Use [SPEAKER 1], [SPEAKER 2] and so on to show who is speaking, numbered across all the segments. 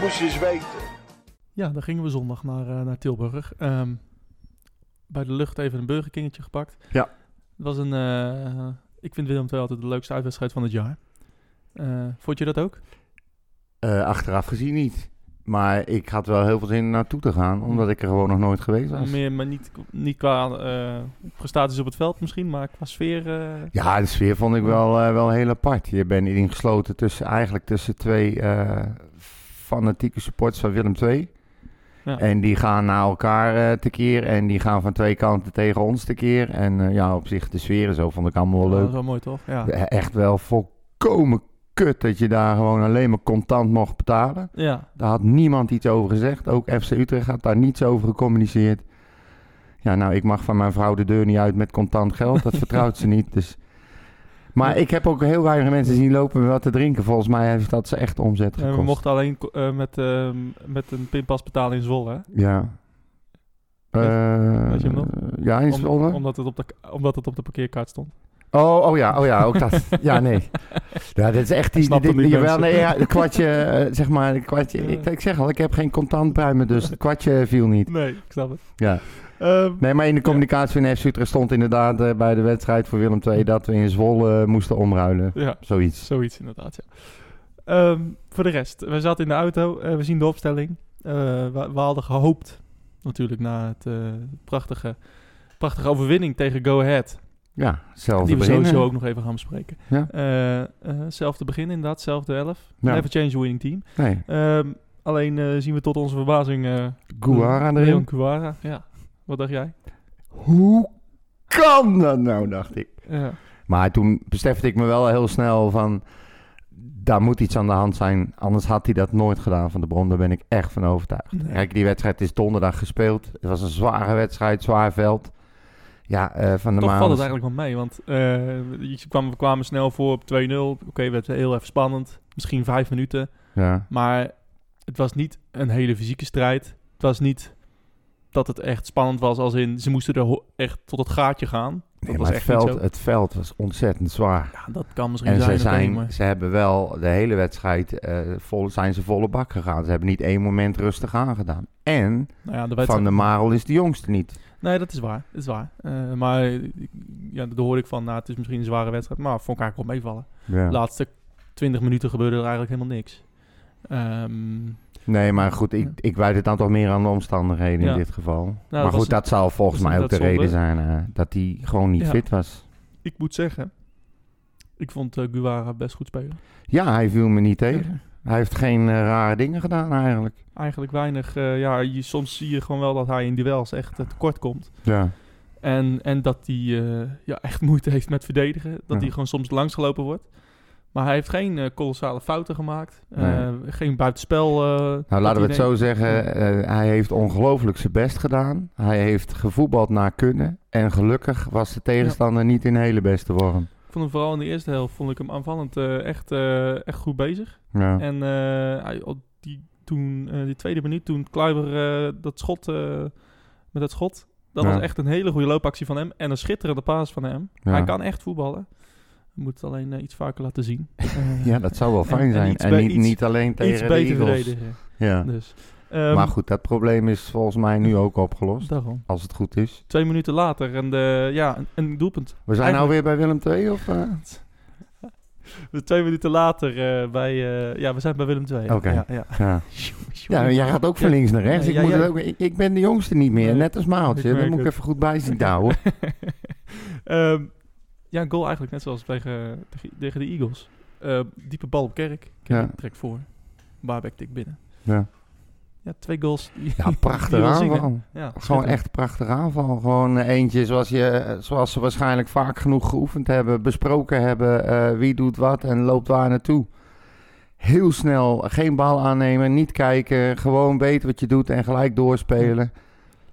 [SPEAKER 1] moest eens weten.
[SPEAKER 2] Ja, dan gingen we zondag naar, eh, naar Tilburg. Ehm, bij de lucht even een burgerkingetje gepakt.
[SPEAKER 3] Ja.
[SPEAKER 2] Het was een, eh, ik vind Willem II altijd de leukste uitwedstrijd van het jaar. Eh, vond je dat ook?
[SPEAKER 3] Eh, achteraf gezien niet. Maar ik had wel heel veel zin om naartoe te gaan, omdat ik er gewoon nog nooit geweest was.
[SPEAKER 2] Meer, maar niet, niet qua eh, prestaties op het veld misschien, maar qua sfeer. eh,
[SPEAKER 3] Ja, de sfeer vond ik wel, eh, wel heel apart. Je bent ingesloten tussen, eigenlijk tussen twee eh, fanatieke supporters van Willem II.
[SPEAKER 2] Ja.
[SPEAKER 3] En die gaan naar elkaar eh, tekeer en die gaan van twee kanten tegen ons tekeer. En eh, ja, op zich de sfeer en zo vond ik allemaal wel
[SPEAKER 2] dat
[SPEAKER 3] leuk.
[SPEAKER 2] was wel mooi toch? Ja.
[SPEAKER 3] E- Echt wel volkomen kut dat je daar gewoon alleen maar contant mocht betalen.
[SPEAKER 2] ja.
[SPEAKER 3] Daar had niemand iets over gezegd. Ook FC Utrecht had daar niets over gecommuniceerd. Ja, nou, ik mag van mijn vrouw de deur niet uit met contant geld. Dat vertrouwt ze niet. Dus. Maar ik heb ook heel weinig mensen zien lopen met wat te drinken. Volgens mij heeft dat ze echt omzet
[SPEAKER 2] En
[SPEAKER 3] gekost.
[SPEAKER 2] we mochten alleen ko- eh, met, eh, met een pinpas betalen in Zwolle. hè?
[SPEAKER 3] Ja. Eh,
[SPEAKER 2] Weet je hem nog?
[SPEAKER 3] Ja, in
[SPEAKER 2] Om-
[SPEAKER 3] Zwolle.
[SPEAKER 2] omdat, het op de, k- omdat het op de parkeerkaart stond.
[SPEAKER 3] Oh, oh ja, oh ja, ook dat. Ja, nee. Ja, dit is echt die...
[SPEAKER 2] Snap
[SPEAKER 3] die,
[SPEAKER 2] het niet,
[SPEAKER 3] jawel,
[SPEAKER 2] mensen.
[SPEAKER 3] nee, ja, het kwartje, eh, zeg maar, het kwartje.
[SPEAKER 2] Ja.
[SPEAKER 3] Ik, ik zeg al, ik heb geen contant bij me, dus het kwartje viel niet.
[SPEAKER 2] Nee, ik snap het.
[SPEAKER 3] Ja.
[SPEAKER 2] Ehm,
[SPEAKER 3] Nee, maar in de communicatie van FC Utrecht stond inderdaad eh, bij de wedstrijd voor Willem II dat we in Zwolle eh, moesten omruilen.
[SPEAKER 2] ja,
[SPEAKER 3] Zoiets.
[SPEAKER 2] zoiets inderdaad. Ja. Ehm, voor de rest, we zaten in de auto, eh, we zien de opstelling. Eh, we, we hadden gehoopt, natuurlijk, na het eh, prachtige, prachtige overwinning tegen Go Ahead.
[SPEAKER 3] Ja, zelfde
[SPEAKER 2] Die we
[SPEAKER 3] beginnen.
[SPEAKER 2] sowieso ook nog even gaan bespreken.
[SPEAKER 3] Ja.
[SPEAKER 2] Eh, eh, zelfde begin inderdaad, zelfde elf.
[SPEAKER 3] Ja.
[SPEAKER 2] Never change the winning team.
[SPEAKER 3] Nee,
[SPEAKER 2] Ehm, alleen eh, zien we tot onze verbazing... eh,
[SPEAKER 3] Guara
[SPEAKER 2] Leon
[SPEAKER 3] erin.
[SPEAKER 2] Guara, ja. Wat dacht jij?
[SPEAKER 3] Hoe kan dat nou, dacht ik.
[SPEAKER 2] Ja.
[SPEAKER 3] Maar toen besefte ik me wel heel snel van, daar moet iets aan de hand zijn. Anders had hij dat nooit gedaan van de bron, daar ben ik echt van overtuigd.
[SPEAKER 2] Nee.
[SPEAKER 3] Kijk, die wedstrijd is donderdag gespeeld. Het was een zware wedstrijd, zwaar veld. Ja, eh, van de
[SPEAKER 2] Toch
[SPEAKER 3] maand.
[SPEAKER 2] valt het eigenlijk wel mee, want eh, je kwam, we kwamen snel voor op 2-0. Oké, werd heel even spannend. Misschien vijf minuten.
[SPEAKER 3] Ja.
[SPEAKER 2] Maar het was niet een hele fysieke strijd. Het was niet dat het echt spannend was, als in ze moesten er ho- echt tot het gaatje gaan. Dat
[SPEAKER 3] Nee,
[SPEAKER 2] was
[SPEAKER 3] maar het
[SPEAKER 2] echt niet
[SPEAKER 3] veld,
[SPEAKER 2] zo.
[SPEAKER 3] het veld was ontzettend zwaar.
[SPEAKER 2] Ja, dat kan misschien
[SPEAKER 3] En
[SPEAKER 2] zijn.
[SPEAKER 3] ze,
[SPEAKER 2] dat weet ik,
[SPEAKER 3] zijn,
[SPEAKER 2] maar-
[SPEAKER 3] ze hebben wel de hele wedstrijd eh, vol, zijn ze volle bak gegaan. Ze hebben niet één moment rustig aangedaan. En
[SPEAKER 2] nou ja, de
[SPEAKER 3] Van
[SPEAKER 2] wedstrijd-
[SPEAKER 3] der Marel is de jongste niet.
[SPEAKER 2] Nee, dat is waar. Dat is waar. Eh, maar ik- ja, daar hoorde ik van, nou, het is misschien een zware wedstrijd. Maar vond ik eigenlijk wel meevallen. De laatste 20 minuten gebeurde er eigenlijk helemaal niks. Ehm,
[SPEAKER 3] Nee, maar goed, ik,
[SPEAKER 2] Ja.
[SPEAKER 3] ik wijd het dan toch meer aan de omstandigheden
[SPEAKER 2] Ja. Nou,
[SPEAKER 3] in dit geval.
[SPEAKER 2] dat
[SPEAKER 3] maar
[SPEAKER 2] was
[SPEAKER 3] goed, dat zal volgens
[SPEAKER 2] was
[SPEAKER 3] mij ook de
[SPEAKER 2] inderdaad
[SPEAKER 3] reden zijn eh, dat hij gewoon niet
[SPEAKER 2] Ja.
[SPEAKER 3] fit was.
[SPEAKER 2] ik moet zeggen, ik vond eh, Guara best goed spelen.
[SPEAKER 3] Ja, hij viel me niet tegen. Hij heeft geen eh, rare dingen gedaan eigenlijk.
[SPEAKER 2] Eigenlijk weinig. eh, ja, je, soms zie je gewoon wel dat hij in duels echt eh, tekort komt.
[SPEAKER 3] Ja.
[SPEAKER 2] En, en dat hij eh, ja, echt moeite heeft met verdedigen. Dat
[SPEAKER 3] Ja.
[SPEAKER 2] hij gewoon soms langsgelopen wordt. Maar hij heeft geen eh, kolossale fouten gemaakt. Eh,
[SPEAKER 3] Nee.
[SPEAKER 2] geen buitenspel. eh, dat
[SPEAKER 3] Nou, laten we
[SPEAKER 2] hij denkt-
[SPEAKER 3] het zo zeggen. eh, hij heeft ongelooflijk zijn best gedaan. Hij heeft gevoetbald naar kunnen. En gelukkig was de tegenstander niet in hele beste vorm.
[SPEAKER 2] Ik vond hem vooral in de eerste helft vond ik hem aanvallend eh, echt, eh, echt goed bezig.
[SPEAKER 3] Ja.
[SPEAKER 2] En eh, hij, op die, toen, eh, die tweede minuut, toen Kluiber eh, dat schot, eh, met dat schot, dat
[SPEAKER 3] Ja.
[SPEAKER 2] was echt een hele goede loopactie van hem. En een schitterende paas van hem.
[SPEAKER 3] Ja.
[SPEAKER 2] Hij kan echt voetballen. Hij moet het alleen eh, iets vaker laten zien. Eh,
[SPEAKER 3] Ja, dat zou wel
[SPEAKER 2] En-
[SPEAKER 3] fijn
[SPEAKER 2] en
[SPEAKER 3] zijn.
[SPEAKER 2] iets
[SPEAKER 3] en
[SPEAKER 2] be-
[SPEAKER 3] niet,
[SPEAKER 2] iets-
[SPEAKER 3] niet alleen tegen
[SPEAKER 2] iets
[SPEAKER 3] de
[SPEAKER 2] beter
[SPEAKER 3] Eagles.
[SPEAKER 2] verdedigen.
[SPEAKER 3] Ja.
[SPEAKER 2] Dus, ehm,
[SPEAKER 3] maar goed, dat probleem is volgens mij nu ook opgelost.
[SPEAKER 2] Daarom.
[SPEAKER 3] Als het goed is.
[SPEAKER 2] Twee minuten later en de, ja, een, een doelpunt.
[SPEAKER 3] We zijn nou
[SPEAKER 2] Eigenlijk-
[SPEAKER 3] weer bij Willem II? Of, eh?
[SPEAKER 2] Twee minuten later eh, bij, eh, ja, we zijn bij Willem II.
[SPEAKER 3] Oké.
[SPEAKER 2] Ja, ja.
[SPEAKER 3] ja. ja, maar jij gaat ook van
[SPEAKER 2] Ja.
[SPEAKER 3] links naar rechts.
[SPEAKER 2] Ja,
[SPEAKER 3] ik,
[SPEAKER 2] ja,
[SPEAKER 3] moet
[SPEAKER 2] ja.
[SPEAKER 3] het ook, ik, ik ben de jongste niet meer.
[SPEAKER 2] Nee.
[SPEAKER 3] Net als
[SPEAKER 2] Ik
[SPEAKER 3] Maaltje.
[SPEAKER 2] merk
[SPEAKER 3] Daar moet ik
[SPEAKER 2] het.
[SPEAKER 3] even goed bij zien te houden.
[SPEAKER 2] Ehm, ja, een goal eigenlijk net zoals tegen, tegen, tegen de Eagles. Eh, diepe bal op Kerk. Kerk
[SPEAKER 3] Ja.
[SPEAKER 2] trekt voor. Baarbek tikt binnen.
[SPEAKER 3] Ja.
[SPEAKER 2] Ja, twee goals. die-
[SPEAKER 3] Ja,
[SPEAKER 2] die
[SPEAKER 3] prachtige
[SPEAKER 2] je wil zien, hè?
[SPEAKER 3] aanval.
[SPEAKER 2] ja,
[SPEAKER 3] Gewoon echt prachtige aanval. Gewoon eh, eentje zoals, je, zoals ze waarschijnlijk vaak genoeg geoefend hebben, besproken hebben. eh, wie doet wat en loopt waar naartoe. Heel snel, eh, geen bal aannemen, niet kijken. Gewoon weten wat je doet en gelijk doorspelen.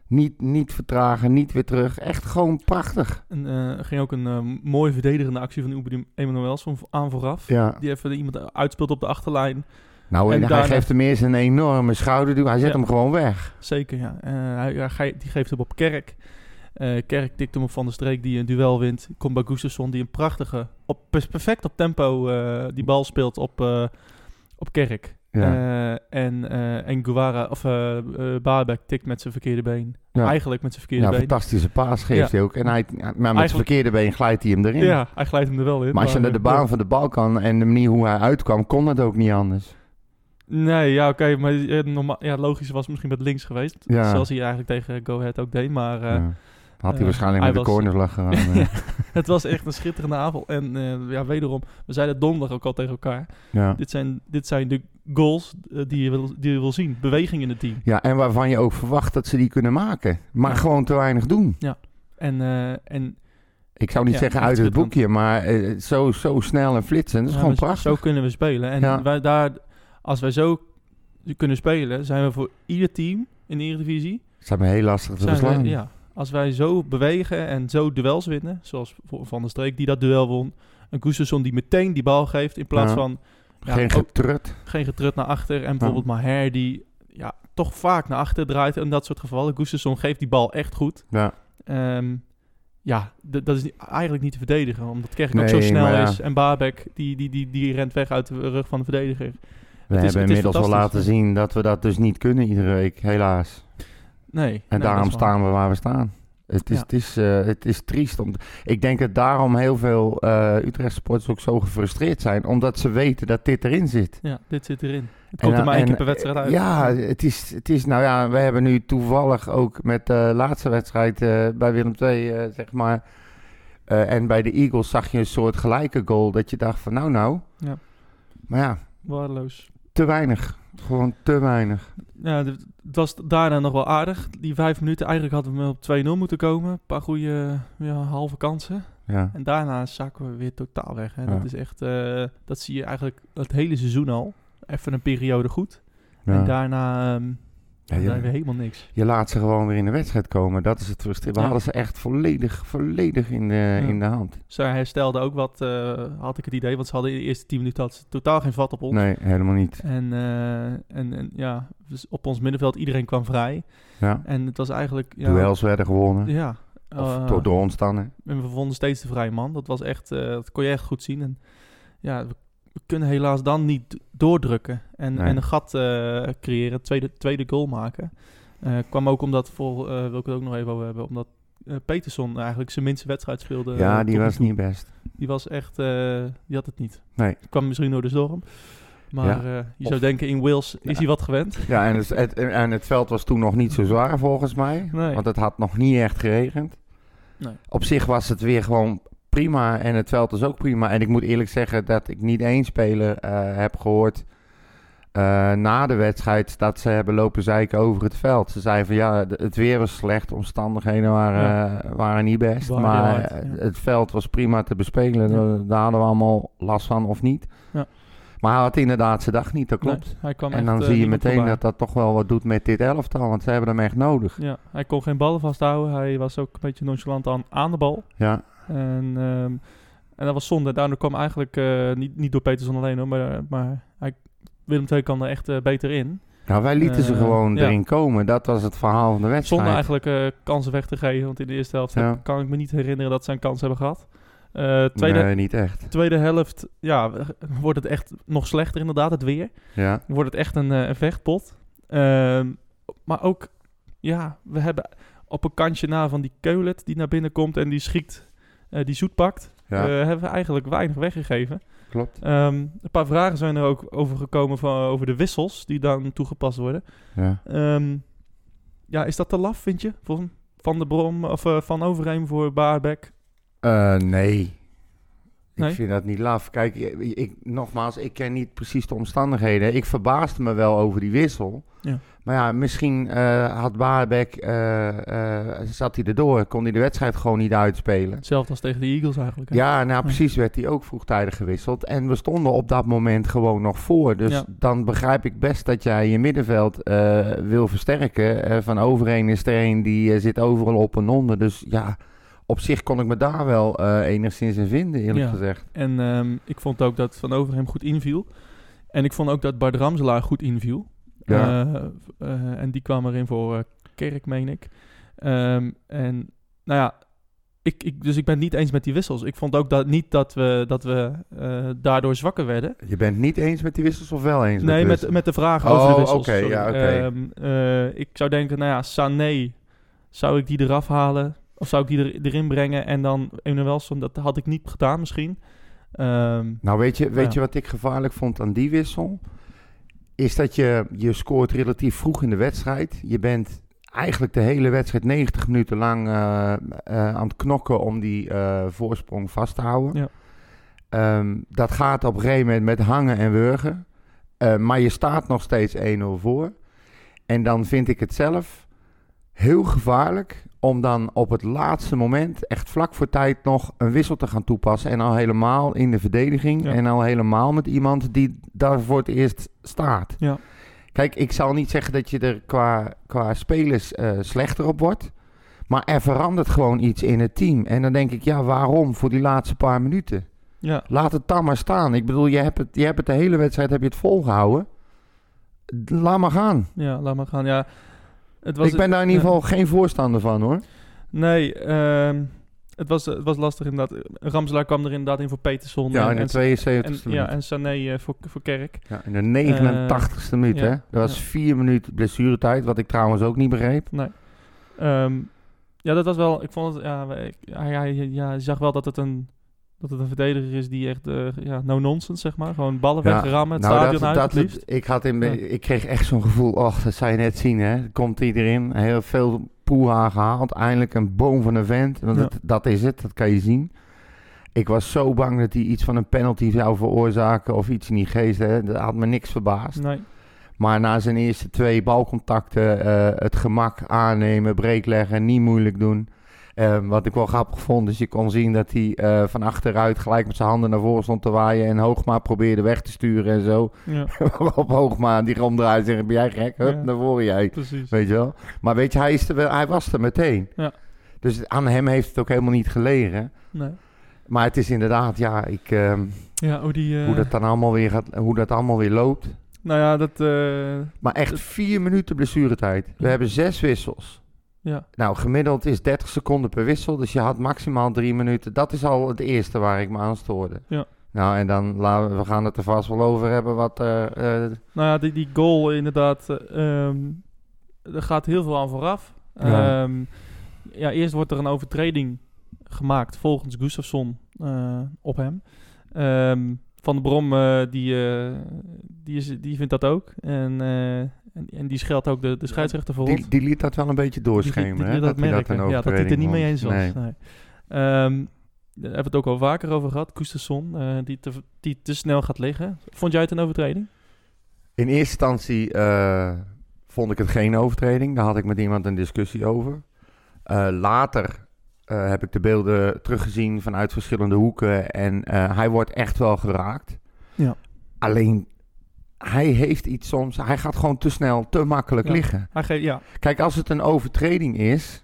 [SPEAKER 3] Niet, niet vertragen, niet weer terug. Echt gewoon prachtig.
[SPEAKER 2] En, eh, er ging ook een eh, mooie verdedigende actie van Uber Emanuelson aan vooraf.
[SPEAKER 3] Ja.
[SPEAKER 2] Die even iemand eh, uitspeelt op de achterlijn.
[SPEAKER 3] Nou, en
[SPEAKER 2] En daarna-
[SPEAKER 3] hij geeft hem eerst een enorme schouderduw. Hij zet
[SPEAKER 2] Ja.
[SPEAKER 3] hem gewoon weg.
[SPEAKER 2] Zeker, ja. Eh, hij, hij ge- die geeft hem op Kerk. Eh, Kerk tikt hem op Van der Streek, die een duel wint. Komt bij Gustafsson, die een prachtige, op, perfect op tempo eh, die bal speelt op, eh, op Kerk.
[SPEAKER 3] Ja.
[SPEAKER 2] Eh, en, eh en Guevara, of eh eh, Baabek tikt met zijn verkeerde been.
[SPEAKER 3] Ja.
[SPEAKER 2] Eigenlijk met zijn verkeerde
[SPEAKER 3] ja,
[SPEAKER 2] been.
[SPEAKER 3] fantastische paas geeft
[SPEAKER 2] Ja.
[SPEAKER 3] hij ook. En hij, maar met zijn
[SPEAKER 2] Eigenlijk-
[SPEAKER 3] verkeerde been glijdt hij hem erin.
[SPEAKER 2] Ja, hij glijdt hem er wel in.
[SPEAKER 3] Maar als je naar de baan van de bal kan en de manier hoe hij uitkwam, kon het ook niet anders.
[SPEAKER 2] Nee, ja, oké. maar eh, norma- ja, logisch was misschien met links geweest.
[SPEAKER 3] Ja.
[SPEAKER 2] Zoals hij eigenlijk tegen Go Ahead ook deed. Maar eh,
[SPEAKER 3] Ja. Had hij
[SPEAKER 2] eh,
[SPEAKER 3] waarschijnlijk
[SPEAKER 2] hij
[SPEAKER 3] met de
[SPEAKER 2] was-
[SPEAKER 3] corners lag gegaan. eh.
[SPEAKER 2] het was echt een schitterende avond. En eh, ja, wederom, we zeiden het donderdag ook al tegen elkaar.
[SPEAKER 3] ja.
[SPEAKER 2] Dit zijn, dit zijn de goals eh, die, je wil, die je wil zien. Beweging in het team.
[SPEAKER 3] ja, en waarvan je ook verwacht dat ze die kunnen maken. Maar
[SPEAKER 2] Ja.
[SPEAKER 3] gewoon te weinig doen.
[SPEAKER 2] En, eh, en
[SPEAKER 3] Ik zou niet
[SPEAKER 2] Ja,
[SPEAKER 3] zeggen
[SPEAKER 2] echt
[SPEAKER 3] uit het
[SPEAKER 2] schitterend.
[SPEAKER 3] boekje, maar eh, zo, zo snel en flitsend. Dat is
[SPEAKER 2] ja,
[SPEAKER 3] gewoon
[SPEAKER 2] we-
[SPEAKER 3] prachtig.
[SPEAKER 2] zo kunnen we spelen. En
[SPEAKER 3] Ja.
[SPEAKER 2] wij daar, als wij zo kunnen spelen, zijn we voor ieder team in de Eredivisie...
[SPEAKER 3] Ze zijn heel lastig te
[SPEAKER 2] Zijn
[SPEAKER 3] verslaan.
[SPEAKER 2] wij, ja, als wij zo bewegen en zo duels winnen, zoals voor Van der Streek die dat duel won... Een Koestersson die meteen die bal geeft in plaats
[SPEAKER 3] Ja.
[SPEAKER 2] van ja,
[SPEAKER 3] Geen
[SPEAKER 2] ook
[SPEAKER 3] getrut.
[SPEAKER 2] geen getrut naar achter. En bijvoorbeeld Maher die ja, toch vaak naar achter draait in dat soort gevallen. Koestersson geeft die bal echt goed.
[SPEAKER 3] Ja.
[SPEAKER 2] Ehm, ja, d- dat is ni- eigenlijk niet te verdedigen. Omdat Kerk ook zo
[SPEAKER 3] Nee,
[SPEAKER 2] snel
[SPEAKER 3] maar ja.
[SPEAKER 2] is. En Babek, die, die, die, die rent weg uit de rug van de verdediger.
[SPEAKER 3] We
[SPEAKER 2] is- het
[SPEAKER 3] hebben
[SPEAKER 2] is
[SPEAKER 3] inmiddels al
[SPEAKER 2] fantastisch.
[SPEAKER 3] laten zien dat we dat dus niet kunnen iedere week, helaas.
[SPEAKER 2] Nee. nee,
[SPEAKER 3] En
[SPEAKER 2] dat
[SPEAKER 3] daarom
[SPEAKER 2] is waar.
[SPEAKER 3] staan we waar we staan. Het is,
[SPEAKER 2] Ja.
[SPEAKER 3] het is, eh, het is triest. Om, ik denk dat daarom heel veel eh Utrechtse supporters ook zo gefrustreerd zijn. Omdat ze weten dat dit erin zit.
[SPEAKER 2] Ja, dit zit erin. Het komt
[SPEAKER 3] dan-
[SPEAKER 2] er maar één keer per
[SPEAKER 3] en,
[SPEAKER 2] wedstrijd uit.
[SPEAKER 3] Ja, het is, het is, nou ja, we hebben nu toevallig ook met de laatste wedstrijd eh, bij Willem II, eh, zeg maar. eh, en bij de Eagles zag je een soort gelijke goal. Dat je dacht van nou nou.
[SPEAKER 2] Ja.
[SPEAKER 3] Maar ja,
[SPEAKER 2] Waardeloos.
[SPEAKER 3] te weinig. Gewoon te weinig.
[SPEAKER 2] Ja, d- het was daarna nog wel aardig. Die vijf minuten, eigenlijk hadden we op 2-0 moeten komen. Een paar goede ja, halve kansen.
[SPEAKER 3] Ja.
[SPEAKER 2] En daarna zakken we weer totaal weg. Hè.
[SPEAKER 3] Ja.
[SPEAKER 2] Dat is echt, eh, dat zie je eigenlijk het hele seizoen al. Even een periode goed.
[SPEAKER 3] ja.
[SPEAKER 2] En daarna ehm
[SPEAKER 3] Ja, ja.
[SPEAKER 2] daarna weer helemaal niks.
[SPEAKER 3] Je laat ze gewoon weer in de wedstrijd komen. Dat is het frustrerend. We
[SPEAKER 2] Ja.
[SPEAKER 3] hadden ze echt volledig, volledig in de, in de hand.
[SPEAKER 2] Ze herstelde ook wat, eh, had ik het idee. Want ze hadden in de eerste 10 minuten had ze totaal geen vat op ons.
[SPEAKER 3] Nee, helemaal niet.
[SPEAKER 2] En, eh, en, en ja, dus op ons middenveld, iedereen kwam vrij.
[SPEAKER 3] Ja.
[SPEAKER 2] En het was eigenlijk... Ja,
[SPEAKER 3] Duels werden gewonnen.
[SPEAKER 2] Ja. eh,
[SPEAKER 3] Of door, door ons dan. hè.
[SPEAKER 2] en we vonden steeds de vrije man. Dat, was echt, eh, dat kon je echt goed zien. En ja, we, we kunnen helaas dan niet doordrukken. En,
[SPEAKER 3] Nee.
[SPEAKER 2] en een gat eh, creëren, tweede, tweede goal maken. Eh, kwam ook omdat, voor, eh wil ik het ook nog even over hebben, omdat eh, Peterson eigenlijk zijn minste wedstrijd speelde.
[SPEAKER 3] ja,
[SPEAKER 2] eh,
[SPEAKER 3] die
[SPEAKER 2] tot nu
[SPEAKER 3] was
[SPEAKER 2] toe.
[SPEAKER 3] niet best.
[SPEAKER 2] Die was echt, eh, die had het niet.
[SPEAKER 3] Nee.
[SPEAKER 2] Kwam misschien door de storm. Maar eh, je zou
[SPEAKER 3] Of-
[SPEAKER 2] denken, in Wales is
[SPEAKER 3] Ja.
[SPEAKER 2] hij wat gewend.
[SPEAKER 3] Ja, en het, het- en het veld was toen nog niet zo zwaar volgens mij.
[SPEAKER 2] Nee.
[SPEAKER 3] Want het had nog niet echt geregend.
[SPEAKER 2] Nee.
[SPEAKER 3] Op zich was het weer gewoon prima. En het veld is ook prima. En ik moet eerlijk zeggen dat ik niet één speler eh, heb gehoord... eh, na de wedstrijd dat ze hebben lopen zeiken over het veld. Ze zeiden van ja, de- het weer was slecht. Omstandigheden waren, eh, waren niet best.
[SPEAKER 2] Waren heel
[SPEAKER 3] maar
[SPEAKER 2] hard,
[SPEAKER 3] eh,
[SPEAKER 2] ja.
[SPEAKER 3] het veld was prima te bespelen. Eh,
[SPEAKER 2] Ja.
[SPEAKER 3] Daar hadden we allemaal last van of niet.
[SPEAKER 2] Ja.
[SPEAKER 3] Maar hij had inderdaad zijn dag niet, dat klopt.
[SPEAKER 2] Nee, hij kwam
[SPEAKER 3] En
[SPEAKER 2] echt,
[SPEAKER 3] dan
[SPEAKER 2] eh,
[SPEAKER 3] zie je
[SPEAKER 2] niemand
[SPEAKER 3] meteen
[SPEAKER 2] voorbij.
[SPEAKER 3] dat dat toch wel wat doet met dit elftal, want ze hebben hem echt nodig.
[SPEAKER 2] Ja, hij kon geen ballen vasthouden. Hij was ook een beetje nonchalant aan, aan de bal.
[SPEAKER 3] Ja,
[SPEAKER 2] En, ehm, en dat was zonde. Daardoor kwam eigenlijk, eh, niet, niet door Peterson alleen hoor, maar, eh, maar hij, Willem II kan er echt eh, beter in.
[SPEAKER 3] nou wij lieten ze
[SPEAKER 2] Eh,
[SPEAKER 3] gewoon
[SPEAKER 2] ja.
[SPEAKER 3] erin komen. Dat was het verhaal van de wedstrijd.
[SPEAKER 2] Zonder eigenlijk eh, kansen weg te geven, want in de eerste helft
[SPEAKER 3] Ja.
[SPEAKER 2] heb- kan ik me niet herinneren dat ze een kans hebben gehad. Eh, tweede,
[SPEAKER 3] Nee, niet echt.
[SPEAKER 2] tweede helft, ja, wordt het echt nog slechter inderdaad, het weer.
[SPEAKER 3] Ja,
[SPEAKER 2] wordt het echt een, eh, een vechtpot. Ehm, maar ook, ja, we hebben op een kantje na van die Keulet die naar binnen komt en die schiet, eh, die zoet pakt.
[SPEAKER 3] ja
[SPEAKER 2] eh, hebben we eigenlijk weinig weggegeven.
[SPEAKER 3] klopt.
[SPEAKER 2] Ehm, een paar vragen zijn er ook over gekomen van, over de wissels die dan toegepast worden.
[SPEAKER 3] Ja.
[SPEAKER 2] Ehm, ja, is dat te laf, vind je? Van, van de Brom of eh, van Overheem voor Baarbek?
[SPEAKER 3] Eh, nee.
[SPEAKER 2] Nee?
[SPEAKER 3] Ik vind dat niet laf. Kijk, ik, ik- nogmaals, ik ken niet precies de omstandigheden. Ik verbaasde me wel over die wissel.
[SPEAKER 2] Ja.
[SPEAKER 3] Maar ja, misschien eh, had Baarbek, eh, eh, zat hij erdoor, kon hij de wedstrijd gewoon niet uitspelen.
[SPEAKER 2] Hetzelfde als tegen de Eagles eigenlijk. hè?
[SPEAKER 3] Ja, nou
[SPEAKER 2] Ja.
[SPEAKER 3] precies werd hij ook vroegtijdig gewisseld. En we stonden op dat moment gewoon nog voor. Dus
[SPEAKER 2] Ja.
[SPEAKER 3] dan begrijp ik best dat jij je middenveld eh, wil versterken. Eh, van overheen is er een die eh, zit overal op en onder. Dus ja, op zich kon ik me daar wel eh, enigszins in vinden, eerlijk
[SPEAKER 2] Ja.
[SPEAKER 3] gezegd.
[SPEAKER 2] En ehm, ik vond ook dat Van Overheem goed inviel. En ik vond ook dat Bart Ramselaar goed inviel.
[SPEAKER 3] Ja.
[SPEAKER 2] Eh, eh, en die kwam erin voor eh, Kerk, meen ik. Ehm, en nou ja, ik, ik, dus ik ben het niet eens met die wissels. Ik vond ook dat, niet dat we, dat we eh, daardoor zwakker werden.
[SPEAKER 3] Je bent niet eens met die wissels of wel eens
[SPEAKER 2] nee,
[SPEAKER 3] met,
[SPEAKER 2] met,
[SPEAKER 3] wissels?
[SPEAKER 2] met de vragen
[SPEAKER 3] Oh,
[SPEAKER 2] over de wissels.
[SPEAKER 3] oké,
[SPEAKER 2] sorry.
[SPEAKER 3] ja, oké.
[SPEAKER 2] Ehm, eh, ik zou denken, nou ja, Sané, zou ik die eraf halen? Of zou ik die er, erin brengen? En dan Enuelson, dat had ik niet gedaan misschien. Ehm,
[SPEAKER 3] Nou, weet je, weet
[SPEAKER 2] Ja.
[SPEAKER 3] je wat ik gevaarlijk vond aan die wissel? Is dat je, je scoort relatief vroeg in de wedstrijd. Je bent eigenlijk de hele wedstrijd 90 minuten lang eh, eh, aan het knokken om die eh, voorsprong vast te houden.
[SPEAKER 2] Ja.
[SPEAKER 3] Ehm, dat gaat op een gegeven moment met hangen en wurgen. Eh, maar je staat nog steeds 1-0 voor. En dan vind ik het zelf heel gevaarlijk om dan op het laatste moment, echt vlak voor tijd, nog een wissel te gaan toepassen. En al helemaal in de verdediging.
[SPEAKER 2] Ja.
[SPEAKER 3] En al helemaal met iemand die daar voor het eerst staat.
[SPEAKER 2] Ja.
[SPEAKER 3] Kijk, ik zal niet zeggen dat je er qua, qua spelers eh, slechter op wordt. Maar er verandert gewoon iets in het team. En dan denk ik, ja, waarom voor die laatste paar minuten?
[SPEAKER 2] ja,
[SPEAKER 3] Laat het dan maar staan. Ik bedoel, je hebt het, je hebt het de hele wedstrijd heb je het volgehouden. D- Laat maar gaan.
[SPEAKER 2] ja, laat maar gaan. Ja, het
[SPEAKER 3] ik ben daar in ieder geval geen voorstander van hoor.
[SPEAKER 2] Nee, ehm, het, was, het was lastig inderdaad. Ramselaar kwam er inderdaad in voor Peterson.
[SPEAKER 3] Ja,
[SPEAKER 2] en,
[SPEAKER 3] in de
[SPEAKER 2] en-
[SPEAKER 3] 72 e
[SPEAKER 2] en, ja,
[SPEAKER 3] minuut.
[SPEAKER 2] en Sané eh, voor, voor Kerk.
[SPEAKER 3] Ja, in de 89 e minuut
[SPEAKER 2] Eh, ja,
[SPEAKER 3] hè. Dat was
[SPEAKER 2] ja.
[SPEAKER 3] vier minuten blessuretijd, wat ik trouwens ook niet begreep.
[SPEAKER 2] Ehm, ja, dat was wel. Ik vond het. Ja, ik- hij, hij- ja, je zag wel dat het een. Dat het een verdediger is die echt. eh, ja, no nonsense, zeg maar. Gewoon ballen
[SPEAKER 3] Ja,
[SPEAKER 2] wegrammen. Het
[SPEAKER 3] nou,
[SPEAKER 2] stadion uit. het
[SPEAKER 3] dat-
[SPEAKER 2] liefst.
[SPEAKER 3] ik, had in,
[SPEAKER 2] Ja.
[SPEAKER 3] ik kreeg echt zo'n gevoel, och, dat zou je net zien hè. Er Komt iedereen, heel veel poeha gehaald. Eindelijk een boom van een vent. Want
[SPEAKER 2] Ja.
[SPEAKER 3] dat, dat is het, dat kan je zien. Ik was zo bang dat hij iets van een penalty zou veroorzaken of iets in die geest. Hè. Dat had me niks verbaasd.
[SPEAKER 2] Nee.
[SPEAKER 3] Maar na zijn eerste twee balcontacten eh, het gemak aannemen, breek leggen, niet moeilijk doen. Eh, wat ik wel grappig vond, is je kon zien dat hij eh, van achteruit gelijk met zijn handen naar voren stond te waaien. En Hoogma probeerde weg te sturen en zo.
[SPEAKER 2] Ja,
[SPEAKER 3] Op Hoogma, die omdraait en zegt, ben jij gek? Hup,
[SPEAKER 2] Ja.
[SPEAKER 3] naar voren jij.
[SPEAKER 2] precies.
[SPEAKER 3] Weet je wel? Maar weet je, hij, is er wel, hij was er meteen.
[SPEAKER 2] Ja.
[SPEAKER 3] Dus aan hem heeft het ook helemaal niet gelegen.
[SPEAKER 2] Nee.
[SPEAKER 3] Maar het is inderdaad, ja, ik, ehm,
[SPEAKER 2] Ja, hoe die. eh,
[SPEAKER 3] hoe dat dan allemaal weer, gaat, hoe dat allemaal weer loopt.
[SPEAKER 2] Nou ja, dat. eh,
[SPEAKER 3] Maar echt vier minuten blessuretijd. We
[SPEAKER 2] Ja.
[SPEAKER 3] hebben zes wissels.
[SPEAKER 2] ja.
[SPEAKER 3] Nou, gemiddeld is 30 seconden per wissel. Dus je had maximaal drie minuten. Dat is al het eerste waar ik me aan stoorde.
[SPEAKER 2] Ja.
[SPEAKER 3] Nou, en dan laten we, we gaan het er vast wel over hebben. Wat, eh, eh,
[SPEAKER 2] Nou ja, die, die goal inderdaad. eh, ehm, er gaat heel veel aan vooraf.
[SPEAKER 3] Ja.
[SPEAKER 2] Ja. ja, eerst wordt er een overtreding gemaakt volgens Gustafsson eh, op hem. Ehm, Van de Brom eh, die, eh, die, is, die vindt dat ook. En, eh, en, en die scheldt ook de, de scheidsrechter voor ons.
[SPEAKER 3] die, die liet dat wel een beetje
[SPEAKER 2] Die-
[SPEAKER 3] doorschemeren.
[SPEAKER 2] die- die-
[SPEAKER 3] hè,
[SPEAKER 2] dat
[SPEAKER 3] hij
[SPEAKER 2] merken.
[SPEAKER 3] een
[SPEAKER 2] ja, dat hij het er niet mee eens was.
[SPEAKER 3] overtreding
[SPEAKER 2] Nee. Ehm, daar hebben we het ook al vaker over gehad. Gustafsson, eh, die, te, die te snel gaat liggen. Vond jij het een overtreding?
[SPEAKER 3] In eerste instantie eh, vond ik het geen overtreding. Daar had ik met iemand een discussie over. Eh, later eh, heb ik de beelden teruggezien vanuit verschillende hoeken. En eh, hij wordt echt wel geraakt.
[SPEAKER 2] Ja.
[SPEAKER 3] Alleen, hij heeft iets soms. Hij gaat gewoon te snel, te makkelijk
[SPEAKER 2] Ja.
[SPEAKER 3] liggen.
[SPEAKER 2] Hij geeft, ja,
[SPEAKER 3] Kijk, als het een overtreding is.